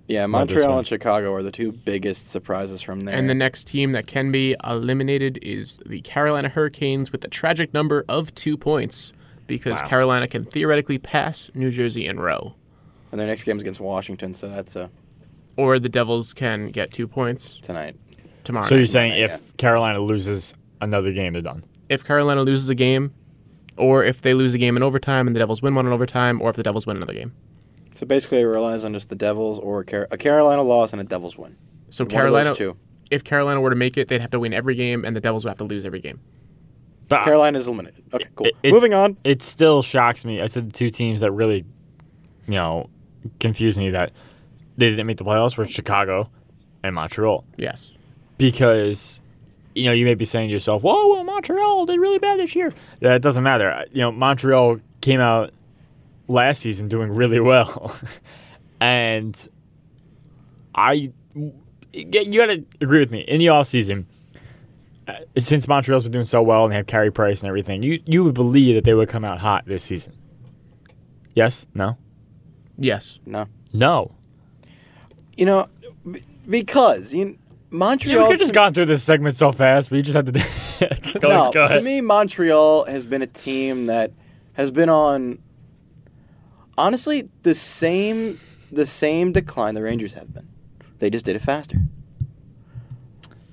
Speaker 4: yeah,
Speaker 2: this
Speaker 4: Montreal
Speaker 2: one.
Speaker 4: and Chicago are the two biggest surprises from there.
Speaker 3: And the next team that can be eliminated is the Carolina Hurricanes with a tragic number of two points because
Speaker 2: Wow.
Speaker 3: Carolina can theoretically pass New Jersey in row.
Speaker 4: and their next game's against Washington, so that's uh,
Speaker 3: Or the Devils can get two points
Speaker 4: tonight.
Speaker 3: tomorrow.
Speaker 2: So
Speaker 3: night.
Speaker 2: you're saying
Speaker 4: yeah.
Speaker 2: if Carolina loses another game, they're done.
Speaker 3: if Carolina loses a game, or if they lose a game in overtime and the Devils win one in overtime, or if the Devils win another game.
Speaker 4: So basically, it relies on just the Devils or Car- a Carolina loss and a Devils win.
Speaker 3: So
Speaker 4: One of those
Speaker 3: Carolina,
Speaker 4: two.
Speaker 3: if Carolina were to make it, they'd have to win every game, and the Devils would have to lose every game.
Speaker 2: But
Speaker 4: Carolina's eliminated. Okay, cool.
Speaker 2: Ah. it- it's-
Speaker 4: Moving on.
Speaker 2: It still shocks me. I said the two teams that really, you know, confused me that they didn't make the playoffs were Chicago and Montreal.
Speaker 3: Yes,
Speaker 2: because you know you may be saying to yourself, "Whoa, well, Montreal did really bad this year." That doesn't matter. I- You know, Montreal came out last season doing really well, and I you got to agree with me in the off season. uh, Since Montreal's been doing so well and they have Carey Price and everything, you you would believe that they would come out hot this season. Yes? No?
Speaker 3: yes.
Speaker 4: No,
Speaker 2: No.
Speaker 4: you know, b- because you
Speaker 2: You know,
Speaker 4: Montreal.
Speaker 2: we could just
Speaker 4: to-
Speaker 2: gone through this segment so fast, but you just had to go,
Speaker 4: no,
Speaker 2: go
Speaker 4: to
Speaker 2: ahead.
Speaker 4: me, Montreal has been a team that has been on honestly the same the same decline the Rangers have been. They just did it faster.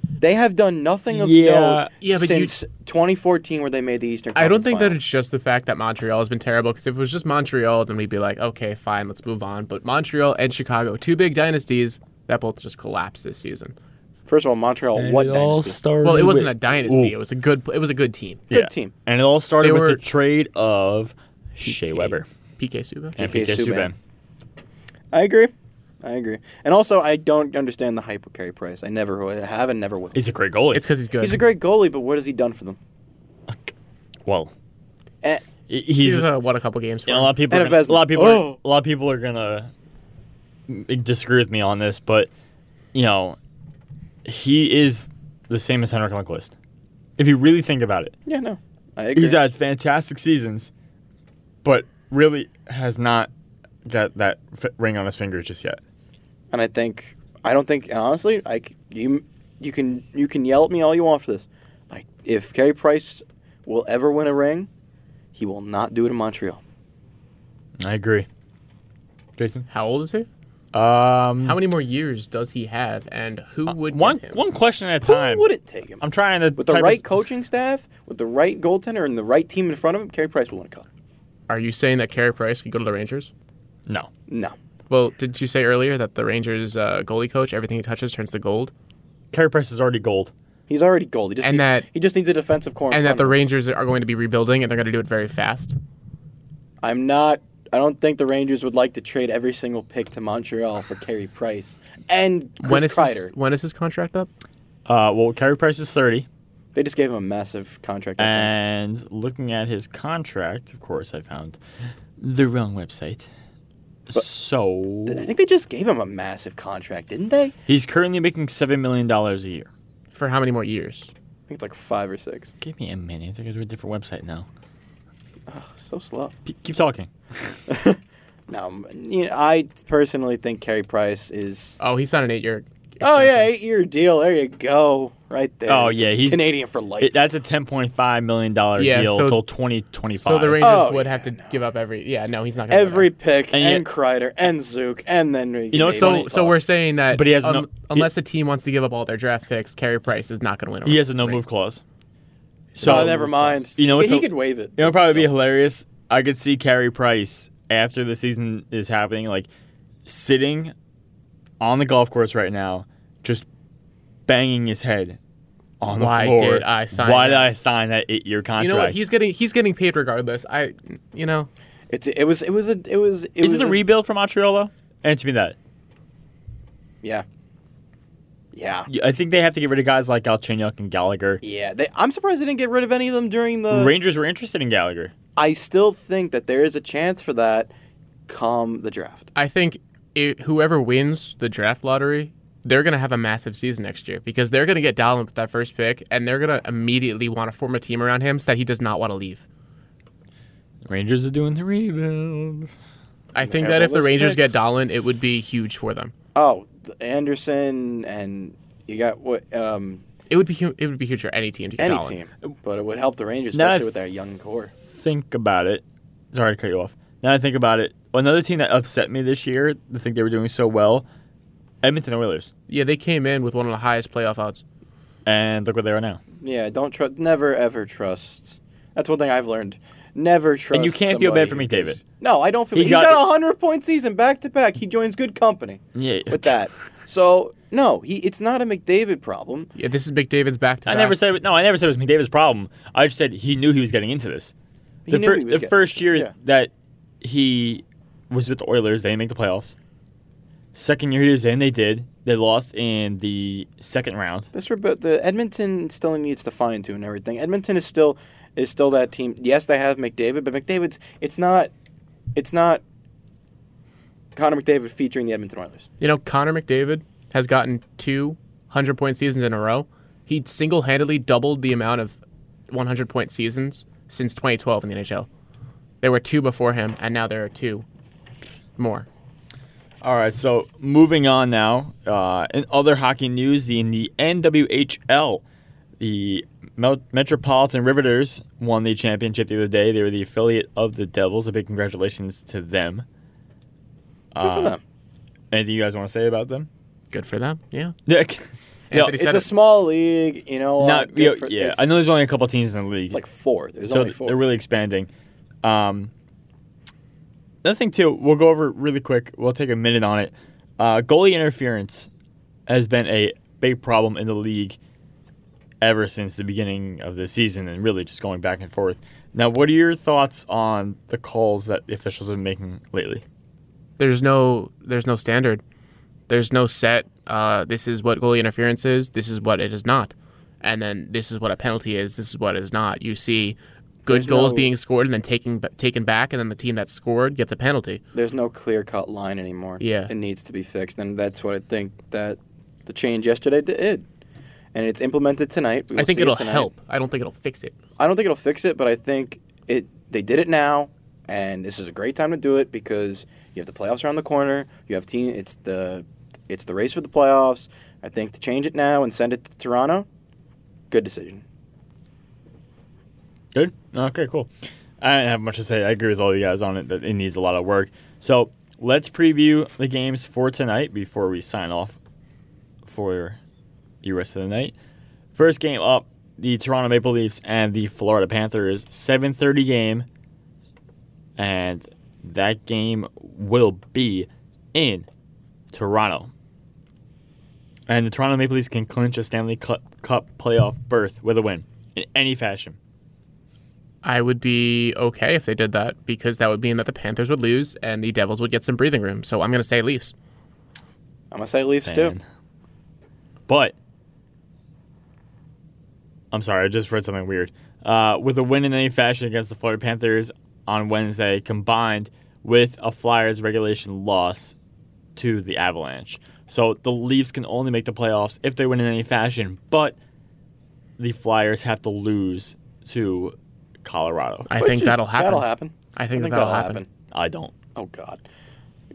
Speaker 4: They have done nothing of
Speaker 2: Yeah.
Speaker 4: note
Speaker 3: Yeah, but you-
Speaker 4: since 2014, where they made the Eastern.
Speaker 3: I don't
Speaker 4: Conference
Speaker 3: think that
Speaker 4: Finals.
Speaker 3: it's just the fact that Montreal has been terrible. Because if it was just Montreal, then we'd be like, okay, fine, let's move on. But Montreal and Chicago, two big dynasties, that both just collapsed this season.
Speaker 4: First of all, Montreal. what dynasty?
Speaker 3: Well, it wasn't a dynasty. It was a good. It was a good team.
Speaker 4: Good team.
Speaker 2: And it all started
Speaker 3: They
Speaker 2: with
Speaker 3: were-
Speaker 2: the trade of Shea Weber
Speaker 3: PK Subban.
Speaker 2: and
Speaker 4: PK
Speaker 2: PK Subban.
Speaker 4: Subban. I agree. I agree. And also, I don't understand the hype with Carey Price. I never will- I have and never will.
Speaker 2: He's a great goalie.
Speaker 3: It's because he's good.
Speaker 4: He's a great goalie, but what has he done for them?
Speaker 2: well,
Speaker 4: Eh,
Speaker 2: he-
Speaker 3: He's,
Speaker 2: he's
Speaker 3: uh, won a couple games for
Speaker 2: you know, a
Speaker 3: him.
Speaker 2: lot of people.
Speaker 4: And
Speaker 2: Are
Speaker 4: a
Speaker 2: gonna,
Speaker 4: Vesna.
Speaker 2: a lot of people. Are,
Speaker 4: Oh.
Speaker 2: a lot of people are gonna disagree with me on this, but you know, he is the same as Henrik Lundqvist. If you really think about it,
Speaker 4: yeah, no, I agree.
Speaker 2: he's had fantastic seasons, but really has not got that f- ring on his finger just yet.
Speaker 4: and I think I don't think and honestly, I c- you you can you can yell at me all you want for this. Like if Carey Price will ever win a ring, he will not do it in Montreal.
Speaker 2: I agree, Jason.
Speaker 3: How old is he?
Speaker 2: Um,
Speaker 3: How many more years does he have? And who would get
Speaker 2: Uh, one
Speaker 3: him?
Speaker 2: one question at a
Speaker 4: Who
Speaker 2: time.
Speaker 4: would it take him?
Speaker 2: I'm trying to
Speaker 4: with the
Speaker 2: type
Speaker 4: right
Speaker 2: as-
Speaker 4: coaching staff, with the right goaltender, and the right team in front of him, Carey Price will win a cup.
Speaker 3: Are you saying that Carey Price could go to the Rangers?
Speaker 2: No,
Speaker 4: No,
Speaker 3: Well, did you say earlier that the Rangers uh, goalie coach, everything he touches turns to gold,
Speaker 2: Carey Price is already gold.
Speaker 4: he's already gold. He just
Speaker 3: And
Speaker 4: needs,
Speaker 3: that-
Speaker 4: he just needs a defensive corner.
Speaker 3: and that the Rangers are going to be rebuilding and they're going to do it very fast?
Speaker 4: I'm not. I don't think the Rangers would like to trade every single pick to Montreal for Carey Price and Chris
Speaker 3: when is
Speaker 4: Kreider.
Speaker 3: His, when is his contract up?
Speaker 2: Uh, well, Carey Price is 30.
Speaker 4: They just gave him a massive contract. I think.
Speaker 2: And looking at his contract, of course, I found the wrong website. so
Speaker 4: I think they just gave him a massive contract, didn't they? I
Speaker 2: he's currently making seven million dollars a year.
Speaker 3: For how many more years?
Speaker 4: think it's like five or six.
Speaker 2: Give me a minute. I gotta go to a different website now.
Speaker 4: So slow.
Speaker 2: P- keep talking.
Speaker 4: No, I'm- you know, I personally think Carey Price is.
Speaker 3: Oh, he signed an eight-year.
Speaker 4: Oh yeah,
Speaker 3: extension.
Speaker 4: eight year deal. There you go, right there.
Speaker 2: Oh, yeah, he's-
Speaker 4: Canadian for life.
Speaker 2: It, that's a ten point five million dollar
Speaker 3: Yeah,
Speaker 2: deal
Speaker 3: so-
Speaker 2: until twenty twenty five.
Speaker 3: So the Rangers
Speaker 4: Oh,
Speaker 3: would
Speaker 4: yeah,
Speaker 3: have to give up every. Yeah, no, he's not. Gonna go
Speaker 4: Every
Speaker 3: there.
Speaker 4: pick and,
Speaker 2: And yet-
Speaker 4: Kreider and Zook and then you,
Speaker 2: know,
Speaker 4: name
Speaker 2: so-
Speaker 4: it.
Speaker 3: So, so we're saying that.
Speaker 2: But he has no-
Speaker 3: unless a team wants to give up all their draft picks, Carey Price is not going to win.
Speaker 2: he has a no
Speaker 3: ring.
Speaker 2: move clause. So
Speaker 4: Oh, never mind.
Speaker 2: You know,
Speaker 4: Yeah,
Speaker 2: it's
Speaker 4: he
Speaker 2: a-
Speaker 4: could wave it.
Speaker 2: It'll probably be hilarious. I could see Carey Price after the season is happening, like sitting on the golf course right now, just banging his head on
Speaker 3: Why
Speaker 2: the floor.
Speaker 3: did I sign
Speaker 2: Why did
Speaker 3: that?
Speaker 2: I sign that eight-year contract?
Speaker 3: You know what? He's getting he's getting paid regardless. I, you know,
Speaker 4: It's it was it was a it was it
Speaker 2: is
Speaker 4: was
Speaker 2: it a rebuild for Montreal though? Answer me that.
Speaker 4: Yeah. Yeah.
Speaker 2: Yeah, I think they have to get rid of guys like Galchenyuk and Gallagher.
Speaker 4: Yeah, they, I'm surprised they didn't get rid of any of them during the.
Speaker 2: Rangers were interested in Gallagher.
Speaker 4: I still think that there is a chance for that come the draft.
Speaker 3: I think it, whoever wins the draft lottery, they're going to have a massive season next year because they're going to get Dallin with that first pick, and they're going to immediately want to form a team around him so that he does not want to leave.
Speaker 2: Rangers are doing the rebuild.
Speaker 3: I think
Speaker 4: have
Speaker 3: that
Speaker 4: all
Speaker 3: if the
Speaker 4: those
Speaker 3: Rangers
Speaker 4: picks.
Speaker 3: get Dallin, it would be huge for them.
Speaker 4: Oh, the Anderson and you got what? Um,
Speaker 3: It would be hu- it would be huge for any team to get
Speaker 4: any
Speaker 3: Dallin.
Speaker 4: team, but it would help the Rangers,
Speaker 2: Now
Speaker 4: especially
Speaker 2: I
Speaker 4: with their young core.
Speaker 2: think about it, sorry to cut you off. Now I think about it, another team that upset me this year, the thing they were doing so well, Edmonton Oilers,
Speaker 3: Yeah, they came in with one of the highest playoff odds.
Speaker 2: and look where they are now.
Speaker 4: Yeah, don't trust. Never ever trust. That's one thing I've learned. Never trust.
Speaker 2: you can't feel bad
Speaker 4: somebody
Speaker 2: for
Speaker 4: who
Speaker 2: me,
Speaker 4: gives-
Speaker 2: David.
Speaker 4: No, I don't feel.
Speaker 2: He
Speaker 4: He has
Speaker 2: got Mm.
Speaker 4: got
Speaker 2: it.
Speaker 4: a hundred point season back to back. He joins good company
Speaker 2: Yeah,
Speaker 4: with that. So no, he. It's not a McDavid problem.
Speaker 3: Yeah, this is McDavid's back to
Speaker 2: I never said no. I never said it was McDavid's problem. I just said he knew he was getting into this.
Speaker 4: He
Speaker 2: The,
Speaker 4: knew
Speaker 2: fir-
Speaker 4: he was
Speaker 2: the
Speaker 4: getting-
Speaker 2: first year
Speaker 4: yeah.
Speaker 2: that he was with the Oilers, they didn't make the playoffs. Second year he was in, they did. They lost in the second round.
Speaker 4: This but the Edmonton still needs to fine tune everything. Edmonton is still is still that team. Yes, they have McDavid, but McDavid's it's not it's not Connor McDavid featuring the Edmonton Oilers.
Speaker 3: You know, Connor McDavid has gotten two 100 point seasons in a row. He single handedly doubled the amount of 100 point seasons since 2012 in the NHL. There were two before him, and now there are two more.
Speaker 2: All right, so moving on now. Uh, in other hockey news, in the NWHL, the Mel- Metropolitan Riveters won the championship the other day. They were the affiliate of the Devils. A big congratulations to them.
Speaker 4: Good for them.
Speaker 2: Anything you guys want to say about them?
Speaker 3: Good for them. Yeah.
Speaker 2: Nick? No,
Speaker 3: Anthony
Speaker 4: It's
Speaker 3: said
Speaker 4: a
Speaker 3: it.
Speaker 4: small league, you know. uh,
Speaker 2: not,
Speaker 4: good
Speaker 2: yeah,
Speaker 4: for-
Speaker 2: yeah,
Speaker 4: it's
Speaker 2: I know there's only a couple teams in the league.
Speaker 4: like four. There's
Speaker 2: so
Speaker 4: only
Speaker 2: th-
Speaker 4: four.
Speaker 2: they're really expanding. Um, another thing too, we'll go over really quick. We'll take a minute on it. Uh, goalie interference has been a big problem in the league ever since the beginning of the season, and really just going back and forth. Now, what are your thoughts on the calls that the officials have been making lately?
Speaker 3: There's no there's no standard. There's no set. Uh, this is what goalie interference is. This is what it is not. And then this is what a penalty is. This is what it is not. You see good
Speaker 4: There's
Speaker 3: goals
Speaker 4: no-
Speaker 3: being scored and then taking taken back, and then the team that scored gets a penalty.
Speaker 4: There's no clear cut line anymore.
Speaker 3: Yeah.
Speaker 4: It needs to be fixed. And that's what I think that the change yesterday did. And it's implemented tonight.
Speaker 3: I
Speaker 4: We will
Speaker 3: think
Speaker 4: see it
Speaker 3: it'll
Speaker 4: tonight.
Speaker 3: help. I don't think it'll fix it.
Speaker 4: I don't think it'll fix it, but I think it they did it now, and this is a great time to do it because you have the playoffs around the corner. You have team. It's the it's the race for the playoffs. I think to change it now and send it to Toronto, good decision.
Speaker 2: Good. Okay, cool. I don't have much to say. I agree with all you guys on it that it needs a lot of work. So let's preview the games for tonight before we sign off for the rest of the night. First game up, the Toronto Maple Leafs and the Florida Panthers. 7:30 game, and that game will be in Toronto. And the Toronto Maple Leafs can clinch a Stanley Cup Cup playoff berth with a win in any fashion.
Speaker 3: I would be okay if they did that because that would mean that the Panthers would lose and the Devils would get some breathing room. So I'm going to say Leafs.
Speaker 4: I'm gonna say Leafs too.
Speaker 2: fan. But I'm sorry, I just read something weird. Uh, with a win in any fashion against the Florida Panthers on Wednesday, combined with a Flyers regulation loss to the Avalanche, so the Leafs can only make the playoffs if they win in any fashion. But the Flyers have to lose to Colorado.
Speaker 3: I
Speaker 4: Which
Speaker 3: think
Speaker 4: is-
Speaker 3: that'll happen.
Speaker 4: That'll happen.
Speaker 3: I think, that'll, happen.
Speaker 2: I don't.
Speaker 4: Oh God.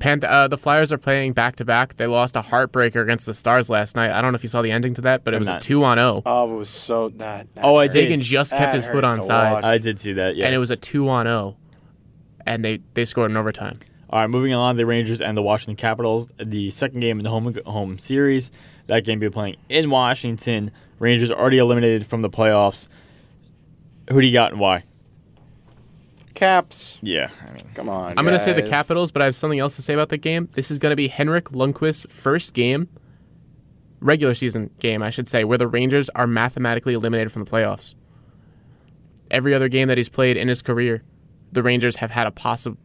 Speaker 3: Pan- uh, the Flyers are playing back to back. They lost a heartbreaker against the Stars last night. I don't know if you saw the ending to that, but it
Speaker 2: I'm
Speaker 3: was a
Speaker 2: not.
Speaker 3: two on zero.
Speaker 4: Oh, it was so that. that
Speaker 2: Oh, I
Speaker 4: hurt.
Speaker 2: did.
Speaker 3: Sagan just kept
Speaker 4: That
Speaker 3: his foot
Speaker 4: hurt
Speaker 3: on
Speaker 4: to
Speaker 3: side,
Speaker 4: watch.
Speaker 2: I did see that. Uh, Yes.
Speaker 3: and it was a two on zero, and they they scored in overtime.
Speaker 2: All right, moving on, the Rangers and the Washington Capitals, the second game in the home home series. That game be playing in Washington. Rangers already eliminated from the playoffs. Who do you got and why?
Speaker 4: Caps.
Speaker 2: Yeah, I mean,
Speaker 4: Come on.
Speaker 3: I'm going to say the
Speaker 4: guys.
Speaker 3: Capitals, but I have something else to say about the game. This is going to be Henrik Lundqvist's first game, regular season game, I should say, where the Rangers are mathematically eliminated from the playoffs. Every other game that he's played in his career, the Rangers have had a possible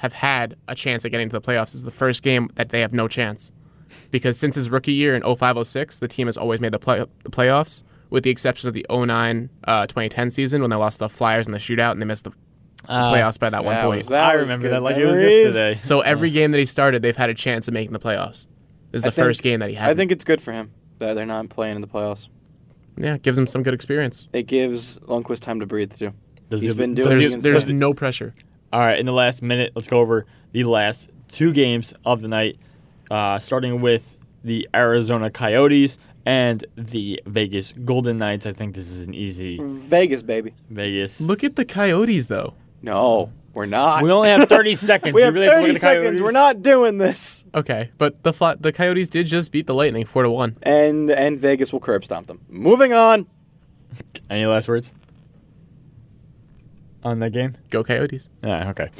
Speaker 3: have had a chance at getting to the playoffs. This is the first game that they have no chance. Because since his rookie year in 0506, the team has always made the, play- the playoffs, with the exception of the 09 uh, 2010 season when they lost the Flyers in the shootout and they missed the playoffs by that one
Speaker 4: Ah, That
Speaker 3: point.
Speaker 4: was- that
Speaker 2: I
Speaker 4: was
Speaker 2: remember
Speaker 4: good
Speaker 2: that like it was
Speaker 4: memories.
Speaker 2: yesterday.
Speaker 3: So every game that he started, they've had a chance of making the playoffs. This is the
Speaker 4: I think-
Speaker 3: first game that he has.
Speaker 4: I think it's good for him that they're not playing in the playoffs.
Speaker 3: yeah, it gives him some good experience.
Speaker 4: It gives Lundqvist time to breathe too.
Speaker 2: Does
Speaker 4: He's
Speaker 2: he-
Speaker 4: been doing.
Speaker 2: does
Speaker 4: it
Speaker 3: There's,
Speaker 4: since
Speaker 3: there's
Speaker 4: the-
Speaker 3: no pressure.
Speaker 2: All right, in the last minute, let's go over the last two games of the night, uh, starting with the Arizona Coyotes and the Vegas Golden Knights. I think this is an easy
Speaker 4: Vegas, baby.
Speaker 2: Vegas.
Speaker 3: Look at the Coyotes, though.
Speaker 4: No, we're not.
Speaker 2: we only have 30 seconds.
Speaker 4: We
Speaker 2: You
Speaker 4: have
Speaker 2: really have to look
Speaker 4: 30
Speaker 2: at the Coyotes?
Speaker 4: seconds. We're not doing this.
Speaker 3: Okay, but the Fly- the Coyotes did just beat the Lightning four to one.
Speaker 4: And and Vegas will curb stomp them. Moving on.
Speaker 2: Any last words on that game?
Speaker 3: Go Coyotes!
Speaker 2: Yeah, okay.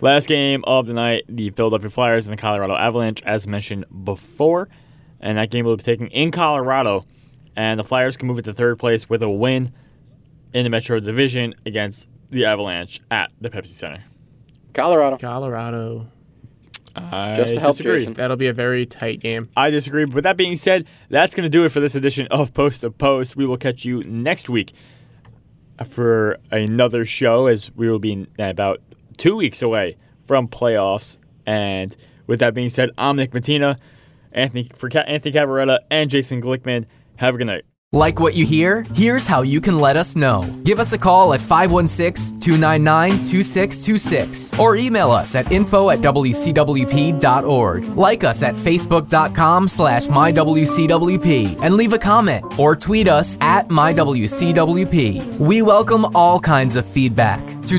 Speaker 2: Last game of the night, the Philadelphia Flyers and the Colorado Avalanche, as mentioned before. And that game will be taken in Colorado. And the Flyers can move into third place with a win in the Metro Division against the Avalanche at the Pepsi Center.
Speaker 4: Colorado.
Speaker 3: Colorado.
Speaker 2: I
Speaker 4: Just to help
Speaker 2: disagree.
Speaker 4: Jason.
Speaker 3: That'll be a very tight game.
Speaker 2: I disagree. But with that being said, that's going to do it for this edition of Post to Post. We will catch you next week for another show as we will be about two weeks away from playoffs. And with that being said, I'm Nick Matina, Anthony for Ca- Anthony Cabaretta, and Jason Glickman. Have a good night.
Speaker 1: Like what you hear? Here's how you can let us know. Give us a call at 516 299 2626 or email us at info at wcwp.org. Like us at facebook.com slash mywcwp and leave a comment or tweet us at mywcwp. We welcome all kinds of feedback. To